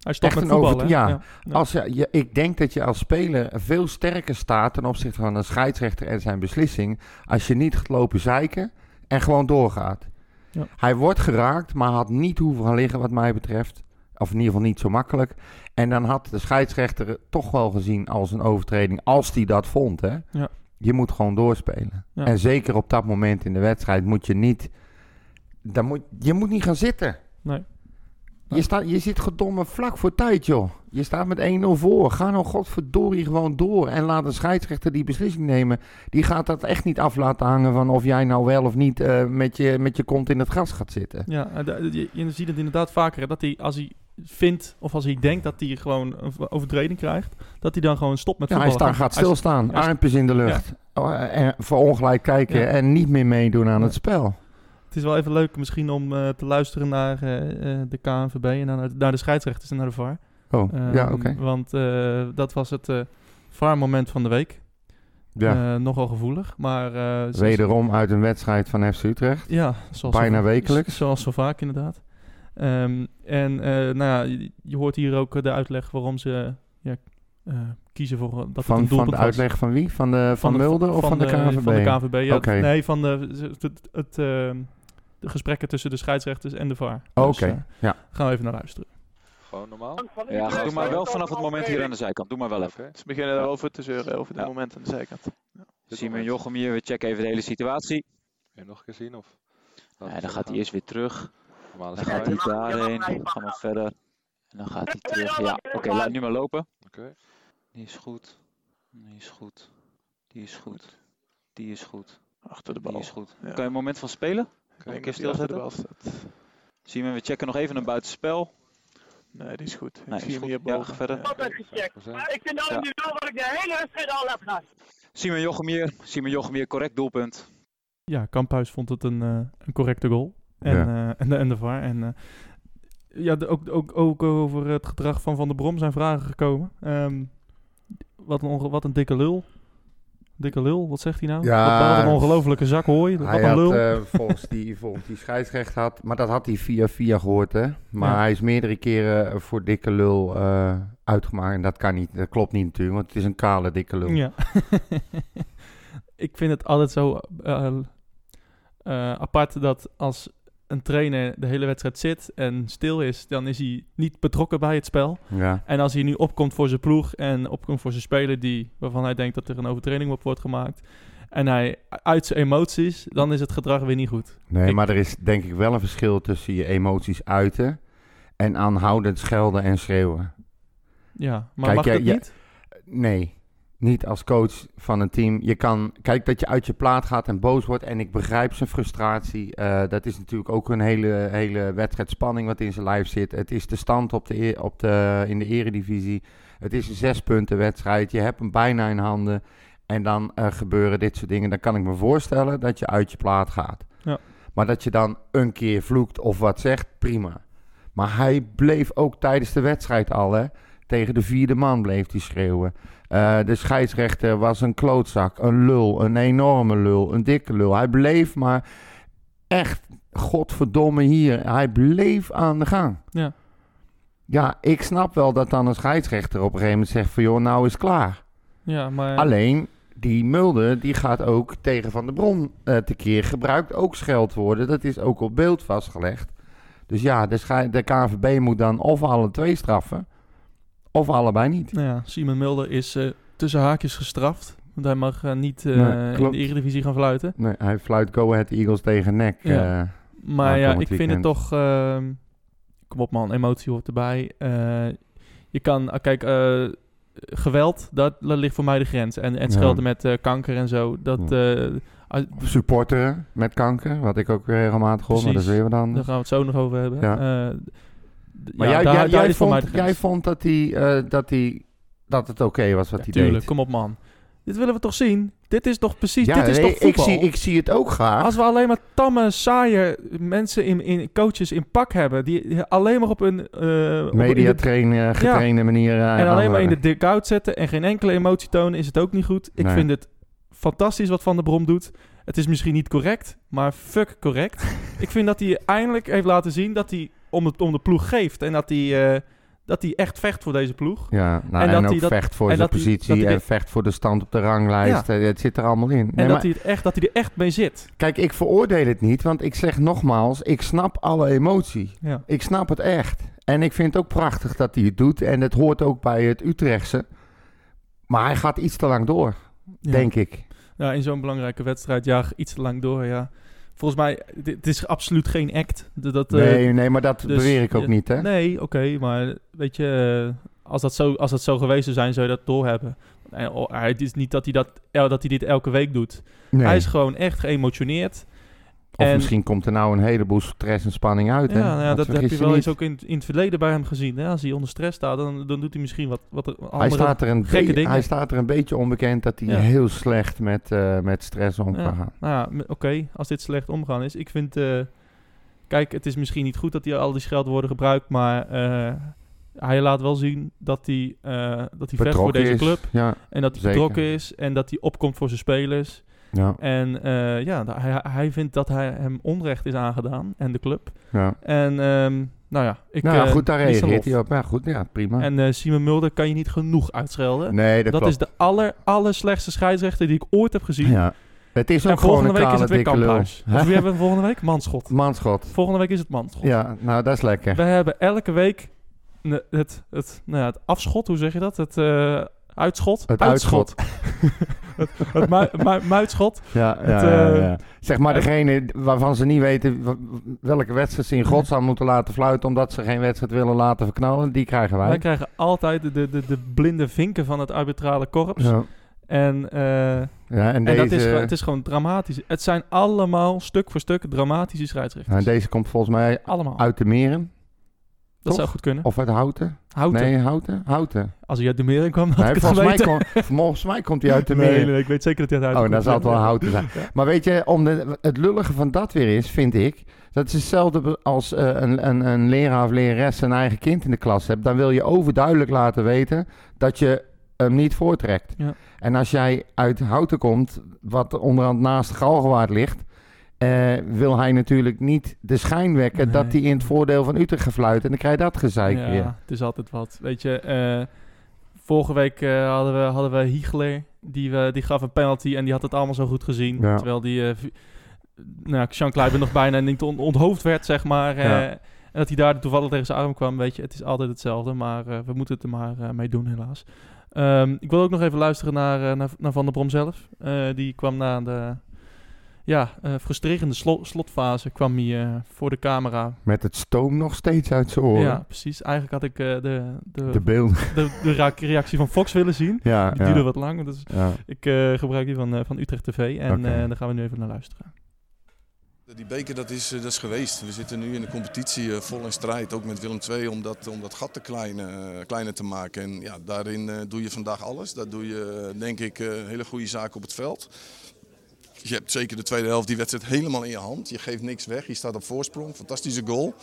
[SPEAKER 2] Hij stopt
[SPEAKER 3] Echt
[SPEAKER 2] met
[SPEAKER 3] een
[SPEAKER 2] voetbal,
[SPEAKER 3] over-
[SPEAKER 2] hè?
[SPEAKER 3] ja.
[SPEAKER 2] Ja.
[SPEAKER 3] Als je, je- ik denk dat je als speler veel sterker staat ten opzichte van een scheidsrechter en zijn beslissing. Als je niet gaat lopen zeiken en gewoon doorgaat.
[SPEAKER 2] Ja.
[SPEAKER 3] Hij wordt geraakt, maar had niet hoeven gaan liggen wat mij betreft. Of in ieder geval niet zo makkelijk. En dan had de scheidsrechter het toch wel gezien als een overtreding. Als die dat vond. Hè?
[SPEAKER 2] Ja.
[SPEAKER 3] Je moet gewoon doorspelen.
[SPEAKER 2] Ja.
[SPEAKER 3] En zeker op dat moment in de wedstrijd moet je niet... Dan moet, je moet niet gaan zitten. Je, staat, je zit gedomme vlak voor tijd, joh. Je staat met 1-0 voor. Ga nou godverdorie gewoon door. En laat een scheidsrechter die beslissing nemen. Die gaat dat echt niet af laten hangen van of jij nou wel of niet eh, met, je, met je kont in het gras gaat zitten.
[SPEAKER 2] Ja, en da- je, je ziet het inderdaad vaker. hè, Dat hij, als hij vindt of als hij denkt dat hij gewoon een v- overtreding krijgt, dat hij dan gewoon stopt met
[SPEAKER 3] Ja, hij
[SPEAKER 2] voetballen.
[SPEAKER 3] sta, gaat stilstaan,
[SPEAKER 2] hij sta-
[SPEAKER 3] armpjes in de lucht. Oh, En voor ongelijk kijken
[SPEAKER 2] Ja.
[SPEAKER 3] en niet meer meedoen aan
[SPEAKER 2] Ja.
[SPEAKER 3] het spel.
[SPEAKER 2] Het is wel even leuk misschien om eh, te luisteren naar eh, eh, de KNVB en naar, naar de scheidsrechters en naar de VAR.
[SPEAKER 3] Oh, ja,
[SPEAKER 2] Ehm,
[SPEAKER 3] oké.
[SPEAKER 2] Want eh, dat was het eh VAR-moment van de week.
[SPEAKER 3] Ja.
[SPEAKER 2] Eh, nogal gevoelig, maar... eh, ze-
[SPEAKER 3] Wederom uit een wedstrijd van FC Utrecht.
[SPEAKER 2] Ja, zoals
[SPEAKER 3] Bijna
[SPEAKER 2] zo,
[SPEAKER 3] wekelijks.
[SPEAKER 2] z- Zoals zo vaak inderdaad. Ehm, en eh, nou ja, je, je hoort hier ook eh, de uitleg waarom ze ja, eh, kiezen voor eh, dat het
[SPEAKER 3] Van,
[SPEAKER 2] een
[SPEAKER 3] van
[SPEAKER 2] doelpunt
[SPEAKER 3] de
[SPEAKER 2] was.
[SPEAKER 3] uitleg van wie? Van, de, van,
[SPEAKER 2] de-
[SPEAKER 3] Mulder of van, de, KNVB?
[SPEAKER 2] Van de KNVB, ja.
[SPEAKER 3] Oké.
[SPEAKER 2] Nee, van de, het, het, het, ehm, de gesprekken tussen de scheidsrechters en de VAR.
[SPEAKER 3] Oké,
[SPEAKER 2] Dus, eh,
[SPEAKER 3] ja.
[SPEAKER 2] gaan we even naar luisteren.
[SPEAKER 1] Gewoon normaal.
[SPEAKER 4] Ja,
[SPEAKER 5] Doe
[SPEAKER 4] doe maar wel vanaf het moment hier aan de zijkant. Doe maar wel even.
[SPEAKER 1] Oké.
[SPEAKER 5] Ze beginnen daarover te zeuren, over dit
[SPEAKER 4] Ja.
[SPEAKER 5] moment aan de zijkant.
[SPEAKER 1] Dit
[SPEAKER 4] Simon
[SPEAKER 1] moment.
[SPEAKER 4] Jochem hier, we checken even de hele situatie.
[SPEAKER 1] Wil je hem nog een keer zien? Of... Laten we
[SPEAKER 4] En dan gaat
[SPEAKER 1] gaan.
[SPEAKER 4] hij eerst weer terug.
[SPEAKER 1] Normaal is
[SPEAKER 4] Dan
[SPEAKER 1] het
[SPEAKER 4] gaat
[SPEAKER 1] vrij.
[SPEAKER 4] hij daarheen. Dan gaan we verder. En dan gaat hij terug. Ja, oké, laat nu maar lopen.
[SPEAKER 1] Oké.
[SPEAKER 4] Die is goed. Die is goed. Die is goed. Die is goed.
[SPEAKER 5] Achter de
[SPEAKER 4] Die
[SPEAKER 5] bal.
[SPEAKER 4] is goed.
[SPEAKER 5] Ja.
[SPEAKER 4] Kan je een moment van spelen?
[SPEAKER 5] Ik denk
[SPEAKER 4] keer
[SPEAKER 5] dat die achter de
[SPEAKER 4] stilzetten?
[SPEAKER 5] bal staat.
[SPEAKER 4] Simon, we checken nog even een buitenspel.
[SPEAKER 5] Nee, die is goed. Ik
[SPEAKER 4] Nee,
[SPEAKER 5] zie
[SPEAKER 4] is
[SPEAKER 5] hem
[SPEAKER 4] goed.
[SPEAKER 5] hier
[SPEAKER 4] Ja,
[SPEAKER 5] boven.
[SPEAKER 4] ga verder.
[SPEAKER 1] Oké,
[SPEAKER 5] Ja.
[SPEAKER 1] vijf procent.
[SPEAKER 6] Maar ik vind dat ik nu wel wat ik de hele wedstrijd al heb gehad.
[SPEAKER 4] Simon Jochem hier. Simon Jochem hier, correct doelpunt.
[SPEAKER 2] Ja, Kamphuis vond het een, eh, een correcte goal. En, eh, en, de, en de VAR. En, eh, ja, de- ook, ook, ook over het gedrag van Van der Brom zijn vragen gekomen. Ehm, wat, een onge- wat een dikke lul. Dikke lul, wat zegt hij nou?
[SPEAKER 3] Ja.
[SPEAKER 2] wat, wat een ongelofelijke zak hooi. Wat
[SPEAKER 3] Hij
[SPEAKER 2] een
[SPEAKER 3] had
[SPEAKER 2] lul.
[SPEAKER 3] eh, volgens die, volgens die scheidsrechter had, maar dat had hij via via gehoord, hè. Maar
[SPEAKER 2] Ja.
[SPEAKER 3] hij is meerdere keren voor dikke lul eh, uitgemaakt en dat kan niet. Dat klopt niet natuurlijk, want het is een kale dikke lul.
[SPEAKER 2] Ja. ik vind het altijd zo eh, eh, apart dat als een trainer de hele wedstrijd zit en stil is, dan is hij niet betrokken bij het spel.
[SPEAKER 3] Ja.
[SPEAKER 2] En als hij nu opkomt voor zijn ploeg en opkomt voor zijn speler die, waarvan hij denkt dat er een overtreding op wordt gemaakt, en hij uit zijn emoties, dan is het gedrag weer niet goed.
[SPEAKER 3] Nee,
[SPEAKER 2] Ik-
[SPEAKER 3] maar er is denk ik wel een verschil tussen je emoties uiten en aanhoudend schelden en schreeuwen.
[SPEAKER 2] Ja, maar
[SPEAKER 3] Kijk,
[SPEAKER 2] mag
[SPEAKER 3] jij-
[SPEAKER 2] dat
[SPEAKER 3] jij-
[SPEAKER 2] niet?
[SPEAKER 3] Nee, niet als coach van een team. Je kan, kijk, dat je uit je plaat gaat en boos wordt. En ik begrijp zijn frustratie. Eh, dat is natuurlijk ook een hele, hele wedstrijdspanning wat in zijn lijf zit. Het is de stand op de, e- op de, in de eredivisie. Het is een zespunten wedstrijd. Je hebt hem bijna in handen. En dan eh, gebeuren dit soort dingen. Dan kan ik me voorstellen dat je uit je plaat gaat.
[SPEAKER 2] Ja.
[SPEAKER 3] Maar dat je dan een keer vloekt of wat zegt, prima. Maar hij bleef ook tijdens de wedstrijd al, hè. Tegen de vierde man bleef hij schreeuwen. Eh, de scheidsrechter was een klootzak, een lul, een enorme lul, een dikke lul. Hij bleef maar echt, godverdomme hier, hij bleef aan de gang.
[SPEAKER 2] Ja.
[SPEAKER 3] Ja, ik snap wel dat dan een scheidsrechter op een gegeven moment zegt van joh, nou is klaar.
[SPEAKER 2] Ja, maar
[SPEAKER 3] Alleen, die Mulder, die gaat ook tegen Van der Bron eh, tekeer. Gebruikt ook scheldwoorden. Dat is ook op beeld vastgelegd. Dus ja, de, schei- de KNVB moet dan of alle twee straffen, of allebei niet.
[SPEAKER 2] nou ja, Simon Mulder is eh, tussen haakjes gestraft. Want hij mag eh, niet eh,
[SPEAKER 3] Nee,
[SPEAKER 2] in
[SPEAKER 3] klopt.
[SPEAKER 2] de Eredivisie gaan fluiten.
[SPEAKER 3] Nee, hij fluit Go Ahead Eagles tegen nek.
[SPEAKER 2] Ja.
[SPEAKER 3] eh.
[SPEAKER 2] Maar ja,
[SPEAKER 3] Aankomend
[SPEAKER 2] ik vind het
[SPEAKER 3] weekend.
[SPEAKER 2] toch... ehm, kom op man, emotie hoort erbij. Eh, je kan... ah, kijk, eh, geweld, dat, dat ligt voor mij de grens. En, en
[SPEAKER 3] Ja.
[SPEAKER 2] schelden met eh, kanker en zo. Dat, eh, als-
[SPEAKER 3] supporteren met kanker, wat ik ook weer regelmatig hoor, maar dat is
[SPEAKER 2] Precies.
[SPEAKER 3] weer wat
[SPEAKER 2] daar
[SPEAKER 3] anders.
[SPEAKER 2] gaan we het zo nog over hebben.
[SPEAKER 3] Hm. Ja.
[SPEAKER 2] Eh, d-
[SPEAKER 3] Maar
[SPEAKER 2] ja,
[SPEAKER 3] jij,
[SPEAKER 2] daar,
[SPEAKER 3] jij,
[SPEAKER 2] daar
[SPEAKER 3] jij
[SPEAKER 2] is voor mij de
[SPEAKER 3] vond,
[SPEAKER 2] grens.
[SPEAKER 3] jij vond dat, hij, eh, dat, hij, dat het oké was wat
[SPEAKER 2] Ja,
[SPEAKER 3] hij
[SPEAKER 2] tuurlijk,
[SPEAKER 3] deed.
[SPEAKER 2] kom op man. Dit willen we toch zien? Dit is toch precies...
[SPEAKER 3] ja,
[SPEAKER 2] dit is
[SPEAKER 3] nee,
[SPEAKER 2] toch
[SPEAKER 3] ik,
[SPEAKER 2] voetbal?
[SPEAKER 3] zie, ik zie het ook graag.
[SPEAKER 2] Als we alleen maar tamme, saaie mensen in, in coaches in pak hebben... die die alleen maar op een... eh, op- in de-
[SPEAKER 3] Mediatrain, eh, getrainde manier. eh,
[SPEAKER 2] En alleen maar in de
[SPEAKER 3] aanhouden.
[SPEAKER 2] dugout zetten en geen enkele emotie tonen is het ook niet goed. Ik
[SPEAKER 3] Nee.
[SPEAKER 2] vind het fantastisch wat Van der Brom doet. Het is misschien niet correct, maar fuck correct. ik vind dat hij eindelijk heeft laten zien dat hij om, het, om de ploeg geeft. En dat hij, eh, dat hij echt vecht voor deze ploeg.
[SPEAKER 3] Ja, nou,
[SPEAKER 2] En
[SPEAKER 3] en,
[SPEAKER 2] dat hij
[SPEAKER 3] ook
[SPEAKER 2] dat-
[SPEAKER 3] vecht voor
[SPEAKER 2] en
[SPEAKER 3] zijn
[SPEAKER 2] dat hij-
[SPEAKER 3] positie
[SPEAKER 2] dat hij
[SPEAKER 3] en
[SPEAKER 2] dit-
[SPEAKER 3] vecht voor de stand op de ranglijst. Eh, Het zit er allemaal in. Nee,
[SPEAKER 2] en
[SPEAKER 3] maar-
[SPEAKER 2] dat, hij het echt, dat hij er echt mee zit.
[SPEAKER 3] Kijk, ik veroordeel het niet, want ik zeg nogmaals, ik snap alle emotie.
[SPEAKER 2] Ja.
[SPEAKER 3] Ik snap het echt. En ik vind het ook prachtig dat hij het doet. En het hoort ook bij het Utrechtse. Maar hij gaat iets te lang door, denk ik.
[SPEAKER 2] Ja, in zo'n belangrijke wedstrijd, ja, iets te lang door, ja. Volgens mij, dit, dit is absoluut geen act. Dat, dat, eh,
[SPEAKER 3] nee, nee, maar dat
[SPEAKER 2] dus-
[SPEAKER 3] beweer ik ook
[SPEAKER 2] ja,
[SPEAKER 3] niet, hè?
[SPEAKER 2] Nee, oké, maar weet je, eh, als dat, zo, als dat zo geweest zou zijn, zou je dat doorhebben. En, oh, hij- Het is niet dat hij, dat, el- dat hij dit elke week doet.
[SPEAKER 3] Nee.
[SPEAKER 2] Hij is gewoon echt geëmotioneerd.
[SPEAKER 3] Of
[SPEAKER 2] en-
[SPEAKER 3] misschien komt er nou een heleboel stress en spanning uit, hè?
[SPEAKER 2] ja, nou ja,
[SPEAKER 3] Want
[SPEAKER 2] dat heb
[SPEAKER 3] vergis
[SPEAKER 2] je wel
[SPEAKER 3] niet.
[SPEAKER 2] eens ook in, in het verleden bij hem gezien. Hè? Als hij onder stress staat, dan, dan doet hij misschien wat, wat er- andere...
[SPEAKER 3] Hij staat, er een
[SPEAKER 2] gekke
[SPEAKER 3] be-
[SPEAKER 2] dingen.
[SPEAKER 3] hij staat er een beetje onbekend dat hij
[SPEAKER 2] Ja.
[SPEAKER 3] heel slecht met, eh, met stress om kan
[SPEAKER 2] ja,
[SPEAKER 3] gaan.
[SPEAKER 2] nou ja, m- oké, als dit slecht omgaan is. Ik vind, eh, kijk, het is misschien niet goed dat hij al die scheldwoorden gebruikt, maar eh, hij laat wel zien dat hij, eh, dat hij vecht voor
[SPEAKER 3] Betrokken
[SPEAKER 2] deze
[SPEAKER 3] is.
[SPEAKER 2] club.
[SPEAKER 3] Ja,
[SPEAKER 2] En dat hij
[SPEAKER 3] Zeker.
[SPEAKER 2] betrokken is en dat hij opkomt voor zijn spelers.
[SPEAKER 3] ja,
[SPEAKER 2] En eh, ja, da- hij, hij vindt dat hij hem onrecht is aangedaan en de club.
[SPEAKER 3] ja.
[SPEAKER 2] En ehm, nou ja, ik...
[SPEAKER 3] nou, ja,
[SPEAKER 2] eh,
[SPEAKER 3] goed, daar
[SPEAKER 2] niet zo
[SPEAKER 3] reageert
[SPEAKER 2] lof.
[SPEAKER 3] hij op. Ja, goed, ja, prima.
[SPEAKER 2] En eh, Simon Mulder kan je niet genoeg uitschelden.
[SPEAKER 3] nee, dat,
[SPEAKER 2] dat
[SPEAKER 3] klopt.
[SPEAKER 2] is de aller, aller slechtste scheidsrechter die ik ooit heb gezien.
[SPEAKER 3] Ja. Het is ook
[SPEAKER 2] en
[SPEAKER 3] gewoon
[SPEAKER 2] volgende
[SPEAKER 3] een
[SPEAKER 2] week is
[SPEAKER 3] kale
[SPEAKER 2] het weer
[SPEAKER 3] dikke lul.
[SPEAKER 2] Kamphuis. Dus wie hebben we volgende week? Manschot.
[SPEAKER 3] Manschot.
[SPEAKER 2] Volgende week is het Manschot.
[SPEAKER 3] Ja, nou dat is lekker.
[SPEAKER 2] We hebben elke week ne- het, het, nou ja, het afschot, hoe zeg je dat? Het eh, uitschot?
[SPEAKER 3] Het
[SPEAKER 2] het het mu- mu- muitschot.
[SPEAKER 3] Ja, ja,
[SPEAKER 2] Het,
[SPEAKER 3] ja,
[SPEAKER 2] eh,
[SPEAKER 3] ja. Zeg maar degene waarvan ze niet weten wa- welke wedstrijd ze in godsnaam moeten laten fluiten... omdat ze geen wedstrijd willen laten verknallen, die krijgen
[SPEAKER 2] Wij
[SPEAKER 3] wij.
[SPEAKER 2] krijgen altijd de, de, de blinde vinken van het arbitrale korps.
[SPEAKER 3] Ja.
[SPEAKER 2] En, eh,
[SPEAKER 3] Ja, en,
[SPEAKER 2] en
[SPEAKER 3] deze,
[SPEAKER 2] dat is, gewoon- het is gewoon dramatisch. Het zijn allemaal stuk voor stuk dramatische scheidsrechters.
[SPEAKER 3] en deze komt volgens mij
[SPEAKER 2] allemaal.
[SPEAKER 3] uit de meren.
[SPEAKER 2] dat
[SPEAKER 3] toch?
[SPEAKER 2] zou goed kunnen.
[SPEAKER 3] Of uit Houten?
[SPEAKER 2] Houten.
[SPEAKER 3] Nee, Houten? Houten.
[SPEAKER 2] Als hij uit de meren kwam, had
[SPEAKER 3] Nee,
[SPEAKER 2] ik het
[SPEAKER 3] volgens, mij
[SPEAKER 2] geweten.
[SPEAKER 3] kom- volgens mij komt hij uit de
[SPEAKER 2] nee,
[SPEAKER 3] meren.
[SPEAKER 2] nee, ik weet zeker dat hij uit
[SPEAKER 3] Oh, daar zal het wel
[SPEAKER 2] Ja.
[SPEAKER 3] Houten zijn. Maar weet je, om de, het lullige van dat weer is, vind ik... dat is hetzelfde als eh, een, een, een leraar of lerares zijn eigen kind in de klas hebt. Dan wil je overduidelijk laten weten dat je hem niet voortrekt.
[SPEAKER 2] Ja.
[SPEAKER 3] En als jij uit Houten komt, wat onderhand naast Galgenwaard ligt... eh, wil hij natuurlijk niet de schijn wekken
[SPEAKER 2] Nee.
[SPEAKER 3] dat hij in het voordeel van Utrecht gaat fluiten. En dan krijg je dat gezeik
[SPEAKER 2] ja,
[SPEAKER 3] weer.
[SPEAKER 2] het is altijd wat. Weet je, eh, vorige week eh, hadden we, hadden we Hiegler. Die, we, die gaf een penalty en die had het allemaal zo goed gezien.
[SPEAKER 3] Ja.
[SPEAKER 2] Terwijl die... eh, vi- nou, Sean Kleiber nog bijna niet on- onthoofd werd, zeg maar. eh,
[SPEAKER 3] Ja.
[SPEAKER 2] En dat hij daar toevallig tegen zijn arm kwam. Weet je, het is altijd hetzelfde. Maar eh, we moeten het er maar eh, mee doen, helaas. Ehm, ik wil ook nog even luisteren naar, eh, naar, naar Van der Brom zelf. Eh, die kwam na de... Ja, eh, frustrerende slo- slotfase kwam hij eh, voor de camera.
[SPEAKER 3] Met het stoom nog steeds uit zijn oren.
[SPEAKER 2] Ja, precies. Eigenlijk had ik eh, de, de,
[SPEAKER 3] De beelden.
[SPEAKER 2] de, de raak- reactie van Fox willen zien.
[SPEAKER 3] Ja,
[SPEAKER 2] Die
[SPEAKER 3] ja,
[SPEAKER 2] duurde wat lang, dus
[SPEAKER 3] ja.
[SPEAKER 2] ik eh, gebruik die van, eh, van Utrecht TV. En
[SPEAKER 3] Oké.
[SPEAKER 2] eh, daar gaan we nu even naar luisteren.
[SPEAKER 7] Die beker dat is, eh, dat is geweest. We zitten nu in de competitie eh, vol in strijd, ook met Willem II, om dat, om dat gat te klein, eh, kleiner te maken. En ja, daarin eh, doe je vandaag alles. Daar doe je, eh, denk ik, eh, hele goede zaken op het veld. Je hebt zeker de tweede helft die wedstrijd helemaal in je hand. Je geeft niks weg, je staat op voorsprong. Fantastische goal.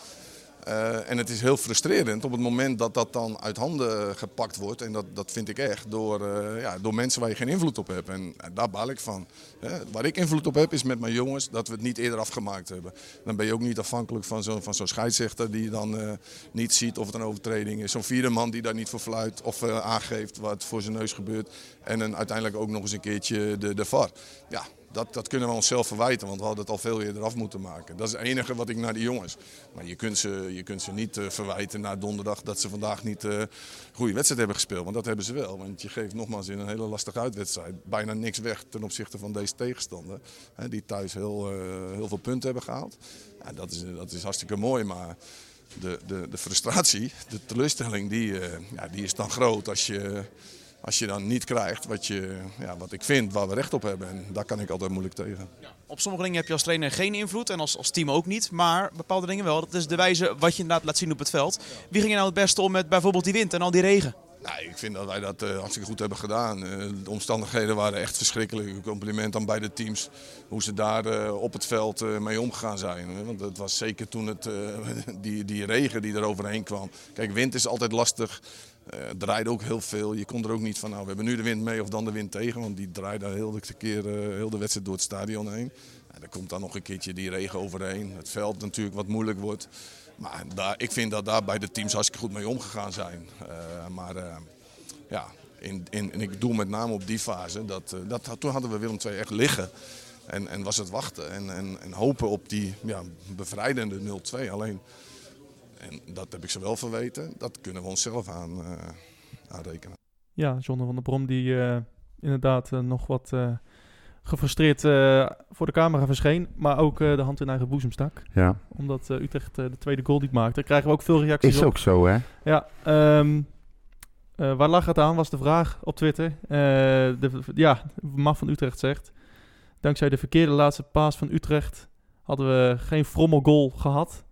[SPEAKER 7] Eh, en het is heel frustrerend op het moment dat dat dan uit handen eh, gepakt wordt. En dat, dat vind ik echt door, eh, ja, door mensen waar je geen invloed op hebt. En eh, daar baal ik van. Hè, waar ik invloed op heb is met mijn jongens dat we het niet eerder afgemaakt hebben. Dan ben je ook niet afhankelijk van zo'n van zo'n scheidsrechter die dan eh, niet ziet of het een overtreding is. Zo'n vierde man die daar niet voor fluit of eh, aangeeft wat voor zijn neus gebeurt. En dan uiteindelijk ook nog eens een keertje de, de VAR. Ja, dat, dat kunnen we onszelf verwijten, want we hadden het al veel eerder af moeten maken. Dat is het enige wat ik naar die jongens. Maar je kunt ze, je kunt ze niet eh, verwijten na donderdag dat ze vandaag niet eh, een goede wedstrijd hebben gespeeld. Want dat hebben ze wel. Want je geeft nogmaals in een hele lastige uitwedstrijd bijna niks weg ten opzichte van deze tegenstander. Hè, die thuis heel, eh, heel veel punten hebben gehaald. Ja, dat, is, dat is hartstikke mooi, maar de, de, de frustratie, de teleurstelling, die, eh, ja, die is dan groot als je, als je dan niet krijgt wat, je, ja, wat ik vind, waar we recht op hebben. En daar kan ik altijd moeilijk tegen.
[SPEAKER 8] Op sommige dingen heb je als trainer geen invloed en als, als team ook niet. Maar bepaalde dingen wel. Dat is de wijze wat je inderdaad laat zien op het veld. Wie ging je nou het beste om met bijvoorbeeld die wind en al die regen?
[SPEAKER 7] Nou, ik vind dat wij dat eh, hartstikke goed hebben gedaan. Eh, de omstandigheden waren echt verschrikkelijk. Een compliment aan beide teams. Hoe ze daar eh, op het veld eh, mee omgegaan zijn. hè. Want het was zeker toen het, eh, die, die regen die er overheen kwam. Kijk, wind is altijd lastig. Eh, Het draaide ook heel veel. Je kon er ook niet van, nou, we hebben nu de wind mee of dan de wind tegen. Want die draaide heel de, keer, eh, heel de wedstrijd door het stadion heen. En dan komt dan nog een keertje die regen overheen. Het veld natuurlijk wat moeilijk wordt. Maar daar, ik vind dat daar bij de teams hartstikke goed mee omgegaan zijn. Eh, maar eh, ja, in, in, en ik doe met name op die fase. Dat, eh, dat, had- toen hadden we Willem II echt liggen. En, en was het wachten en, en, en hopen op die ja, bevrijdende 0-2. Alleen, en dat heb ik ze wel verweten, dat kunnen we onszelf aan, eh, aanrekenen.
[SPEAKER 2] Ja, John van der Brom die eh, inderdaad eh, nog wat eh, gefrustreerd eh, voor de camera verscheen. Maar ook eh, de hand in eigen boezem stak.
[SPEAKER 3] ja.
[SPEAKER 2] Omdat eh, Utrecht eh, de tweede goal niet maakte. Daar krijgen we ook veel reacties
[SPEAKER 3] Is
[SPEAKER 2] op.
[SPEAKER 3] ook zo, hè?
[SPEAKER 2] Ja, ehm, eh, waar lag het aan, was de vraag op Twitter. Eh, de, ja, Maf van Utrecht zegt... Dankzij de verkeerde laatste paas van Utrecht... hadden we geen frommel goal gehad.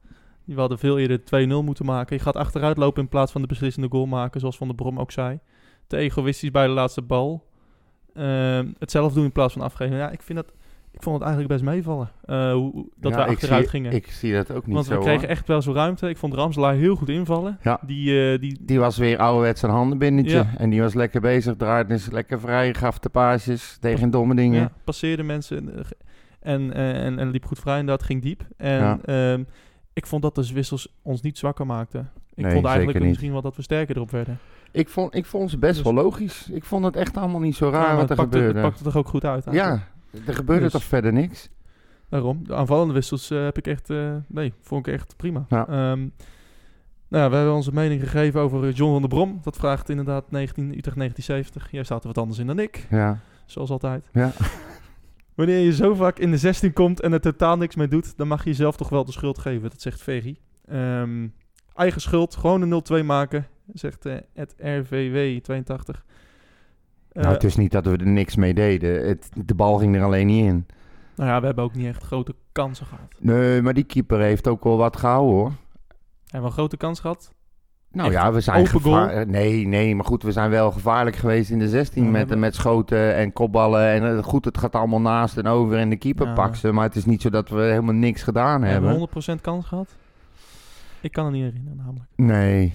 [SPEAKER 2] We hadden veel eerder 2-0 moeten maken. Je gaat achteruit lopen in plaats van de beslissende goal maken... zoals Van der Brom ook zei. Te egoïstisch bij de laatste bal. Ehm, het zelf doen in plaats van afgeven. Ja, ik, vind dat, ik vond het eigenlijk best meevallen. eh, hoe- hoe- dat
[SPEAKER 3] Ja,
[SPEAKER 2] we
[SPEAKER 3] ik
[SPEAKER 2] achteruit
[SPEAKER 3] zie,
[SPEAKER 2] gingen.
[SPEAKER 3] Ik zie dat ook niet
[SPEAKER 2] Want
[SPEAKER 3] zo.
[SPEAKER 2] we kregen
[SPEAKER 3] hoor.
[SPEAKER 2] echt wel zo ruimte. Ik vond Ramselaar heel goed invallen.
[SPEAKER 3] Ja.
[SPEAKER 2] Die, eh, die,
[SPEAKER 3] Die was weer ouderwets een handenbindetje.
[SPEAKER 2] Ja.
[SPEAKER 3] En die was lekker bezig. Draaide is lekker vrij. Gaf de paasjes. Tegen domme dingen.
[SPEAKER 2] Ja, passeerde mensen en, eh, ge- en, eh, en, en liep goed vrij inderdaad, ging diep. En
[SPEAKER 3] Ja.
[SPEAKER 2] ehm, ik vond dat de wissels ons niet zwakker maakten. Ik
[SPEAKER 3] Nee,
[SPEAKER 2] vond eigenlijk
[SPEAKER 3] zeker niet.
[SPEAKER 2] misschien wel dat we sterker erop werden.
[SPEAKER 3] Ik, vond, ik vond ze best
[SPEAKER 2] Dus-
[SPEAKER 3] wel logisch. Ik vond het echt allemaal niet zo raar
[SPEAKER 2] Ja, maar
[SPEAKER 3] wat er
[SPEAKER 2] het pakte,
[SPEAKER 3] gebeurde.
[SPEAKER 2] Het pakte toch ook goed uit eigenlijk.
[SPEAKER 3] ja, er gebeurde
[SPEAKER 2] Dus-
[SPEAKER 3] toch verder niks?
[SPEAKER 2] Daarom, de aanvallende wissels eh, heb ik echt... eh, nee, vond ik echt prima.
[SPEAKER 3] Ja.
[SPEAKER 2] Ehm, Nou, we hebben onze mening gegeven over eh, John van der Brom. Dat vraagt inderdaad 19, Utrecht 1970. Jij staat er wat anders in dan ik,
[SPEAKER 3] Ja.
[SPEAKER 2] zoals altijd.
[SPEAKER 3] Ja.
[SPEAKER 2] Wanneer je zo vaak in de 16 komt en er totaal niks mee doet, dan mag je jezelf toch wel de schuld geven. Dat zegt Ferry. Ehm, eigen schuld, gewoon een 0-2 maken, zegt eh, het RVW82. Eh,
[SPEAKER 3] nou, het is niet dat we er niks mee deden. Het, de bal ging er alleen niet in.
[SPEAKER 2] nou ja, we hebben ook niet echt grote kansen gehad.
[SPEAKER 3] Nee, maar die keeper heeft ook wel wat gehouden hoor.
[SPEAKER 2] Hebben we een grote kans gehad?
[SPEAKER 3] Nou
[SPEAKER 2] Echt
[SPEAKER 3] ja, we zijn
[SPEAKER 2] open
[SPEAKER 3] gevaarlijk. Nee, nee, maar goed, we zijn wel gevaarlijk geweest in de 16
[SPEAKER 2] Ja, we
[SPEAKER 3] met,
[SPEAKER 2] hebben-
[SPEAKER 3] met schoten en kopballen. En eh, goed, het gaat allemaal naast en over en de keeper
[SPEAKER 2] Ja.
[SPEAKER 3] pakt ze. Maar het is niet zo dat we helemaal niks gedaan
[SPEAKER 2] Hebben
[SPEAKER 3] hebben.
[SPEAKER 2] we 100% kans gehad? Ik kan het niet herinneren, namelijk.
[SPEAKER 3] Nee,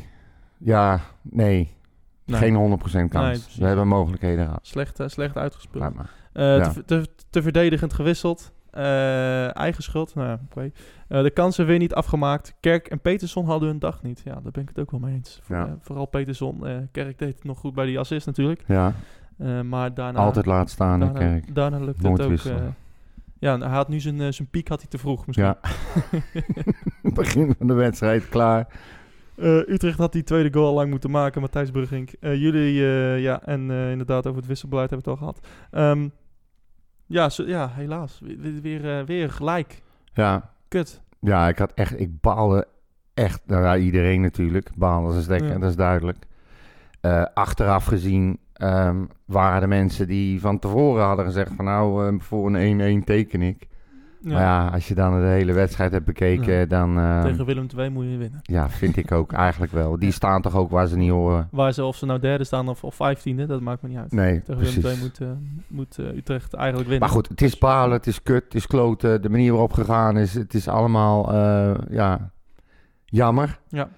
[SPEAKER 3] ja, nee.
[SPEAKER 2] Nee.
[SPEAKER 3] Geen 100% kans.
[SPEAKER 2] Nee, precies.
[SPEAKER 3] we hebben mogelijkheden gehad.
[SPEAKER 2] Slecht, eh, slecht uitgespeeld.
[SPEAKER 3] Laat maar.
[SPEAKER 2] Eh,
[SPEAKER 3] Ja.
[SPEAKER 2] te, te, te verdedigend gewisseld. Eh, eigen schuld. Nou ja, oké. Eh, de kansen weer niet afgemaakt. Kerk en Peterson hadden hun dag niet. Ja, daar ben ik het ook wel mee eens. Voor-
[SPEAKER 3] Ja.
[SPEAKER 2] eh, vooral Peterson. Eh, Kerk deed het nog goed bij die assist natuurlijk.
[SPEAKER 3] Ja,
[SPEAKER 2] Eh, maar daarna...
[SPEAKER 3] altijd laat staan, hè,
[SPEAKER 2] daarna,
[SPEAKER 3] Kerk.
[SPEAKER 2] daarna lukt
[SPEAKER 3] Nooit
[SPEAKER 2] het ook.
[SPEAKER 3] wisselen.
[SPEAKER 2] eh, ja, en hij had nu zijn, eh, zijn piek had hij te vroeg misschien.
[SPEAKER 3] Ja. Begin van de wedstrijd, klaar.
[SPEAKER 2] Eh, Utrecht had die tweede goal al lang moeten maken, Matthijs Brugink. Eh, jullie, eh, ja, en eh, inderdaad over het wisselbeleid hebben we het al gehad. Ehm, ja, zo- ja, helaas. We- we- Weer, eh, weer gelijk.
[SPEAKER 3] Ja,
[SPEAKER 2] Kut.
[SPEAKER 3] ja ik had echt, ik baalde echt, nou ja, iedereen natuurlijk. Baalde ze lekker,
[SPEAKER 2] Ja.
[SPEAKER 3] dat is duidelijk. Eh, achteraf gezien ehm, waren de mensen die van tevoren hadden gezegd van nou, eh, voor een 1-1 teken ik. Maar ja, als je dan de hele wedstrijd hebt bekeken,
[SPEAKER 2] Ja.
[SPEAKER 3] dan ehm,
[SPEAKER 2] Tegen Willem II moet je winnen.
[SPEAKER 3] ja, vind ik ook eigenlijk wel. Die staan toch ook waar ze niet horen.
[SPEAKER 2] Waar ze, of ze nou derde staan of, of vijftiende, dat maakt me niet uit.
[SPEAKER 3] Nee,
[SPEAKER 2] Tegen Willem II
[SPEAKER 3] Mm, precies.
[SPEAKER 2] moet, eh, moet eh, Utrecht eigenlijk winnen.
[SPEAKER 3] Maar goed, het is balen, het is kut, het is kloten. De manier waarop gegaan is, het is allemaal eh, ja, jammer.
[SPEAKER 2] Ja.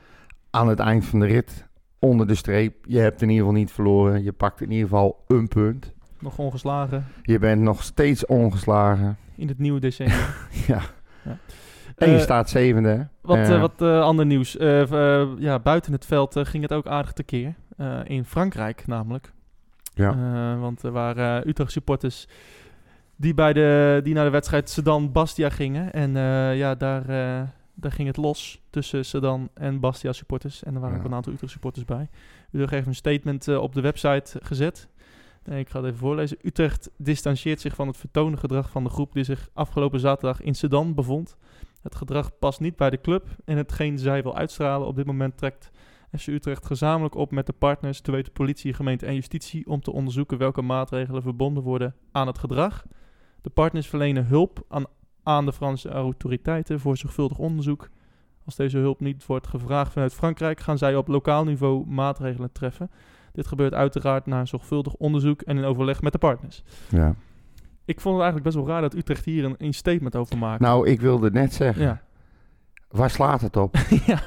[SPEAKER 3] Aan het eind van de rit, onder de streep. Je hebt in ieder geval niet verloren. Je pakt in ieder geval een punt.
[SPEAKER 2] Nog ongeslagen
[SPEAKER 3] Je bent nog steeds ongeslagen.
[SPEAKER 2] in het nieuwe decennium.
[SPEAKER 3] ja. En je
[SPEAKER 2] Eh,
[SPEAKER 3] staat zevende. hè?
[SPEAKER 2] Wat, eh,
[SPEAKER 3] Eh,
[SPEAKER 2] wat eh, ander nieuws. Eh, v- eh, ja, buiten het veld eh, ging het ook aardig tekeer. Eh, in Frankrijk namelijk.
[SPEAKER 3] Ja.
[SPEAKER 2] Eh, want er waren eh, Utrecht supporters die, bij de, die naar de wedstrijd Sedan-Bastia gingen. En eh, ja, daar, eh, daar ging het los tussen Sedan en Bastia supporters. En er waren
[SPEAKER 3] Ja.
[SPEAKER 2] ook een aantal Utrecht supporters bij. Utrecht heeft een statement eh, op de website gezet. Eh, ik ga het even voorlezen. Utrecht distancieert zich van het vertonen gedrag van de groep die zich afgelopen zaterdag in Sedan bevond. Het gedrag past niet bij de club en hetgeen zij wil uitstralen op dit moment trekt FC Utrecht gezamenlijk op met de partners, te weten politie, gemeente en justitie, om te onderzoeken welke maatregelen verbonden worden aan het gedrag. De partners verlenen hulp aan, aan de Franse autoriteiten voor zorgvuldig onderzoek. Als deze hulp niet wordt gevraagd vanuit Frankrijk, gaan zij op lokaal niveau maatregelen treffen. Dit gebeurt uiteraard na een zorgvuldig onderzoek en in overleg met de partners.
[SPEAKER 3] ja.
[SPEAKER 2] Ik vond het eigenlijk best wel raar dat Utrecht hier een, een statement over maakt.
[SPEAKER 3] Nou, ik wilde het net zeggen.
[SPEAKER 2] ja.
[SPEAKER 3] Waar slaat het op?
[SPEAKER 2] ja,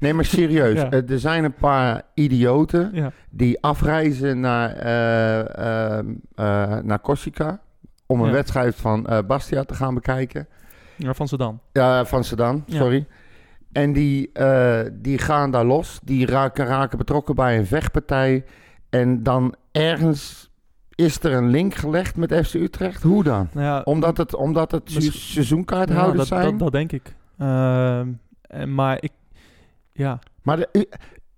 [SPEAKER 3] Nee, maar serieus.
[SPEAKER 2] Ja.
[SPEAKER 3] eh, Er zijn een paar idioten
[SPEAKER 2] ja,
[SPEAKER 3] die afreizen naar, eh, ehm, eh, naar Corsica om een
[SPEAKER 2] Ja.
[SPEAKER 3] wedstrijd van eh, Bastia te gaan bekijken.
[SPEAKER 2] ja, van Sedan.
[SPEAKER 3] Ja, van Sedan,
[SPEAKER 2] Ja.
[SPEAKER 3] sorry. En die, eh, die gaan daar los. Die raken, raken betrokken bij een vechtpartij. En dan ergens is er een link gelegd met FC Utrecht. Hoe dan?
[SPEAKER 2] Nou ja,
[SPEAKER 3] Omdat het, omdat het se-
[SPEAKER 2] Misschien- ja,
[SPEAKER 3] seizoenkaarthouders
[SPEAKER 2] dat,
[SPEAKER 3] zijn?
[SPEAKER 2] Dat, dat denk ik. Ehm, en, maar ik, ja,
[SPEAKER 3] Maar de U-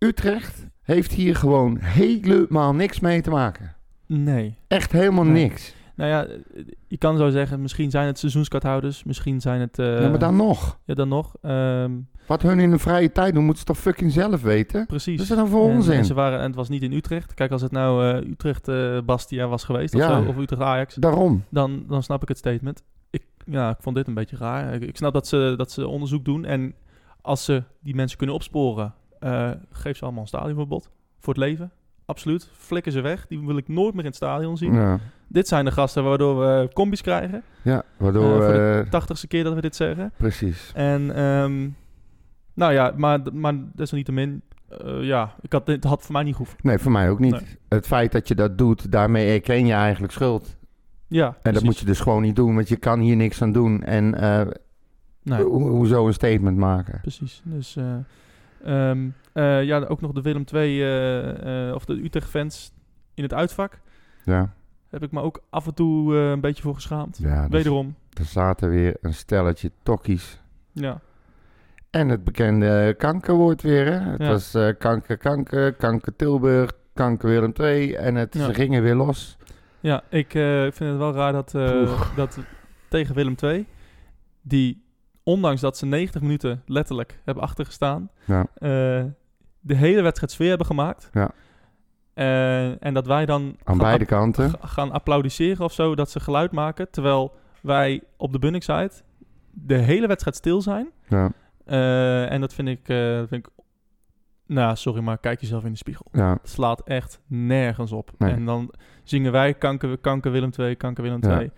[SPEAKER 3] Utrecht heeft hier gewoon helemaal niks mee te maken.
[SPEAKER 2] nee.
[SPEAKER 3] Echt helemaal
[SPEAKER 2] Nee.
[SPEAKER 3] niks.
[SPEAKER 2] Nou ja, eh, je kan zo zeggen, misschien zijn het seizoenskaarthouders, misschien zijn het... eh,
[SPEAKER 3] ja, maar dan nog.
[SPEAKER 2] ja, dan nog. ehm,
[SPEAKER 3] Wat hun in hun vrije tijd doen, moeten ze toch fucking zelf weten?
[SPEAKER 2] precies.
[SPEAKER 3] Wat is dat dan voor
[SPEAKER 2] En-
[SPEAKER 3] onzin?
[SPEAKER 2] En, ze waren, en het was niet in Utrecht. Kijk, als het nou eh, Utrecht eh, Bastia was geweest of,
[SPEAKER 3] Ja.
[SPEAKER 2] zo, of Utrecht Ajax,
[SPEAKER 3] Daarom.
[SPEAKER 2] dan, dan snap ik het statement. Ik, ja, ik vond dit een beetje raar. Ik, ik snap dat ze, dat ze onderzoek doen. En als ze die mensen kunnen opsporen, eh, geef ze allemaal een stadionverbod. Voor het leven. Absoluut. Flikken ze weg. Die wil ik nooit meer in het stadion zien.
[SPEAKER 3] Ja,
[SPEAKER 2] Dit zijn de gasten waardoor we combis krijgen.
[SPEAKER 3] ja waardoor...
[SPEAKER 2] Eh, voor
[SPEAKER 3] eh
[SPEAKER 2] Tachtigste keer dat we dit zeggen.
[SPEAKER 3] precies.
[SPEAKER 2] En ehm, nou ja, maar, maar desalniettemin, eh, ja, ik had, het had voor mij niet gehoeven.
[SPEAKER 3] Nee, voor mij ook niet.
[SPEAKER 2] Nee.
[SPEAKER 3] Het feit dat je dat doet, daarmee erken je eigenlijk schuld. En
[SPEAKER 2] Ja,
[SPEAKER 3] dat moet je dus gewoon niet doen, want je kan hier niks aan doen. En eh,
[SPEAKER 2] Nee.
[SPEAKER 3] ho- hoezo een statement maken?
[SPEAKER 2] Precies. Dus eh, ehm, eh, ja, ook nog de Willem II eh, eh, of de Utrecht-fans in het uitvak.
[SPEAKER 3] Ja,
[SPEAKER 2] Heb ik me ook af en toe eh, een beetje voor geschaamd.
[SPEAKER 3] ja dus
[SPEAKER 2] Wederom.
[SPEAKER 3] er zaten weer een stelletje tokkies.
[SPEAKER 2] Ja.
[SPEAKER 3] En het bekende kankerwoord weer. Hè? Het
[SPEAKER 2] Ja.
[SPEAKER 3] was eh, kanker, kanker, kanker Tilburg, kanker Willem II. En het,
[SPEAKER 2] Ja.
[SPEAKER 3] ze gingen weer los.
[SPEAKER 2] Ja, ik eh, vind het wel raar dat, eh,
[SPEAKER 3] Oeh.
[SPEAKER 2] dat tegen Willem II, die ondanks dat ze 90 minuten letterlijk hebben achtergestaan,
[SPEAKER 3] Ja.
[SPEAKER 2] eh, de hele wedstrijd sfeer hebben gemaakt.
[SPEAKER 3] Ja.
[SPEAKER 2] Eh, en dat wij dan
[SPEAKER 3] Aan
[SPEAKER 2] gaan
[SPEAKER 3] beide kanten.
[SPEAKER 2] ga- gaan applaudisseren of zo, dat ze geluid maken. Terwijl wij op de Bunningside de hele wedstrijd stil zijn.
[SPEAKER 3] Ja,
[SPEAKER 2] Eh, en dat vind ik, eh, dat vind ik... Nou, sorry, maar kijk jezelf in de spiegel.
[SPEAKER 3] ja,
[SPEAKER 2] Het slaat echt nergens op.
[SPEAKER 3] Nee.
[SPEAKER 2] En dan zingen wij kanker, kanker Willem II, kanker Willem
[SPEAKER 3] Ja.
[SPEAKER 2] II.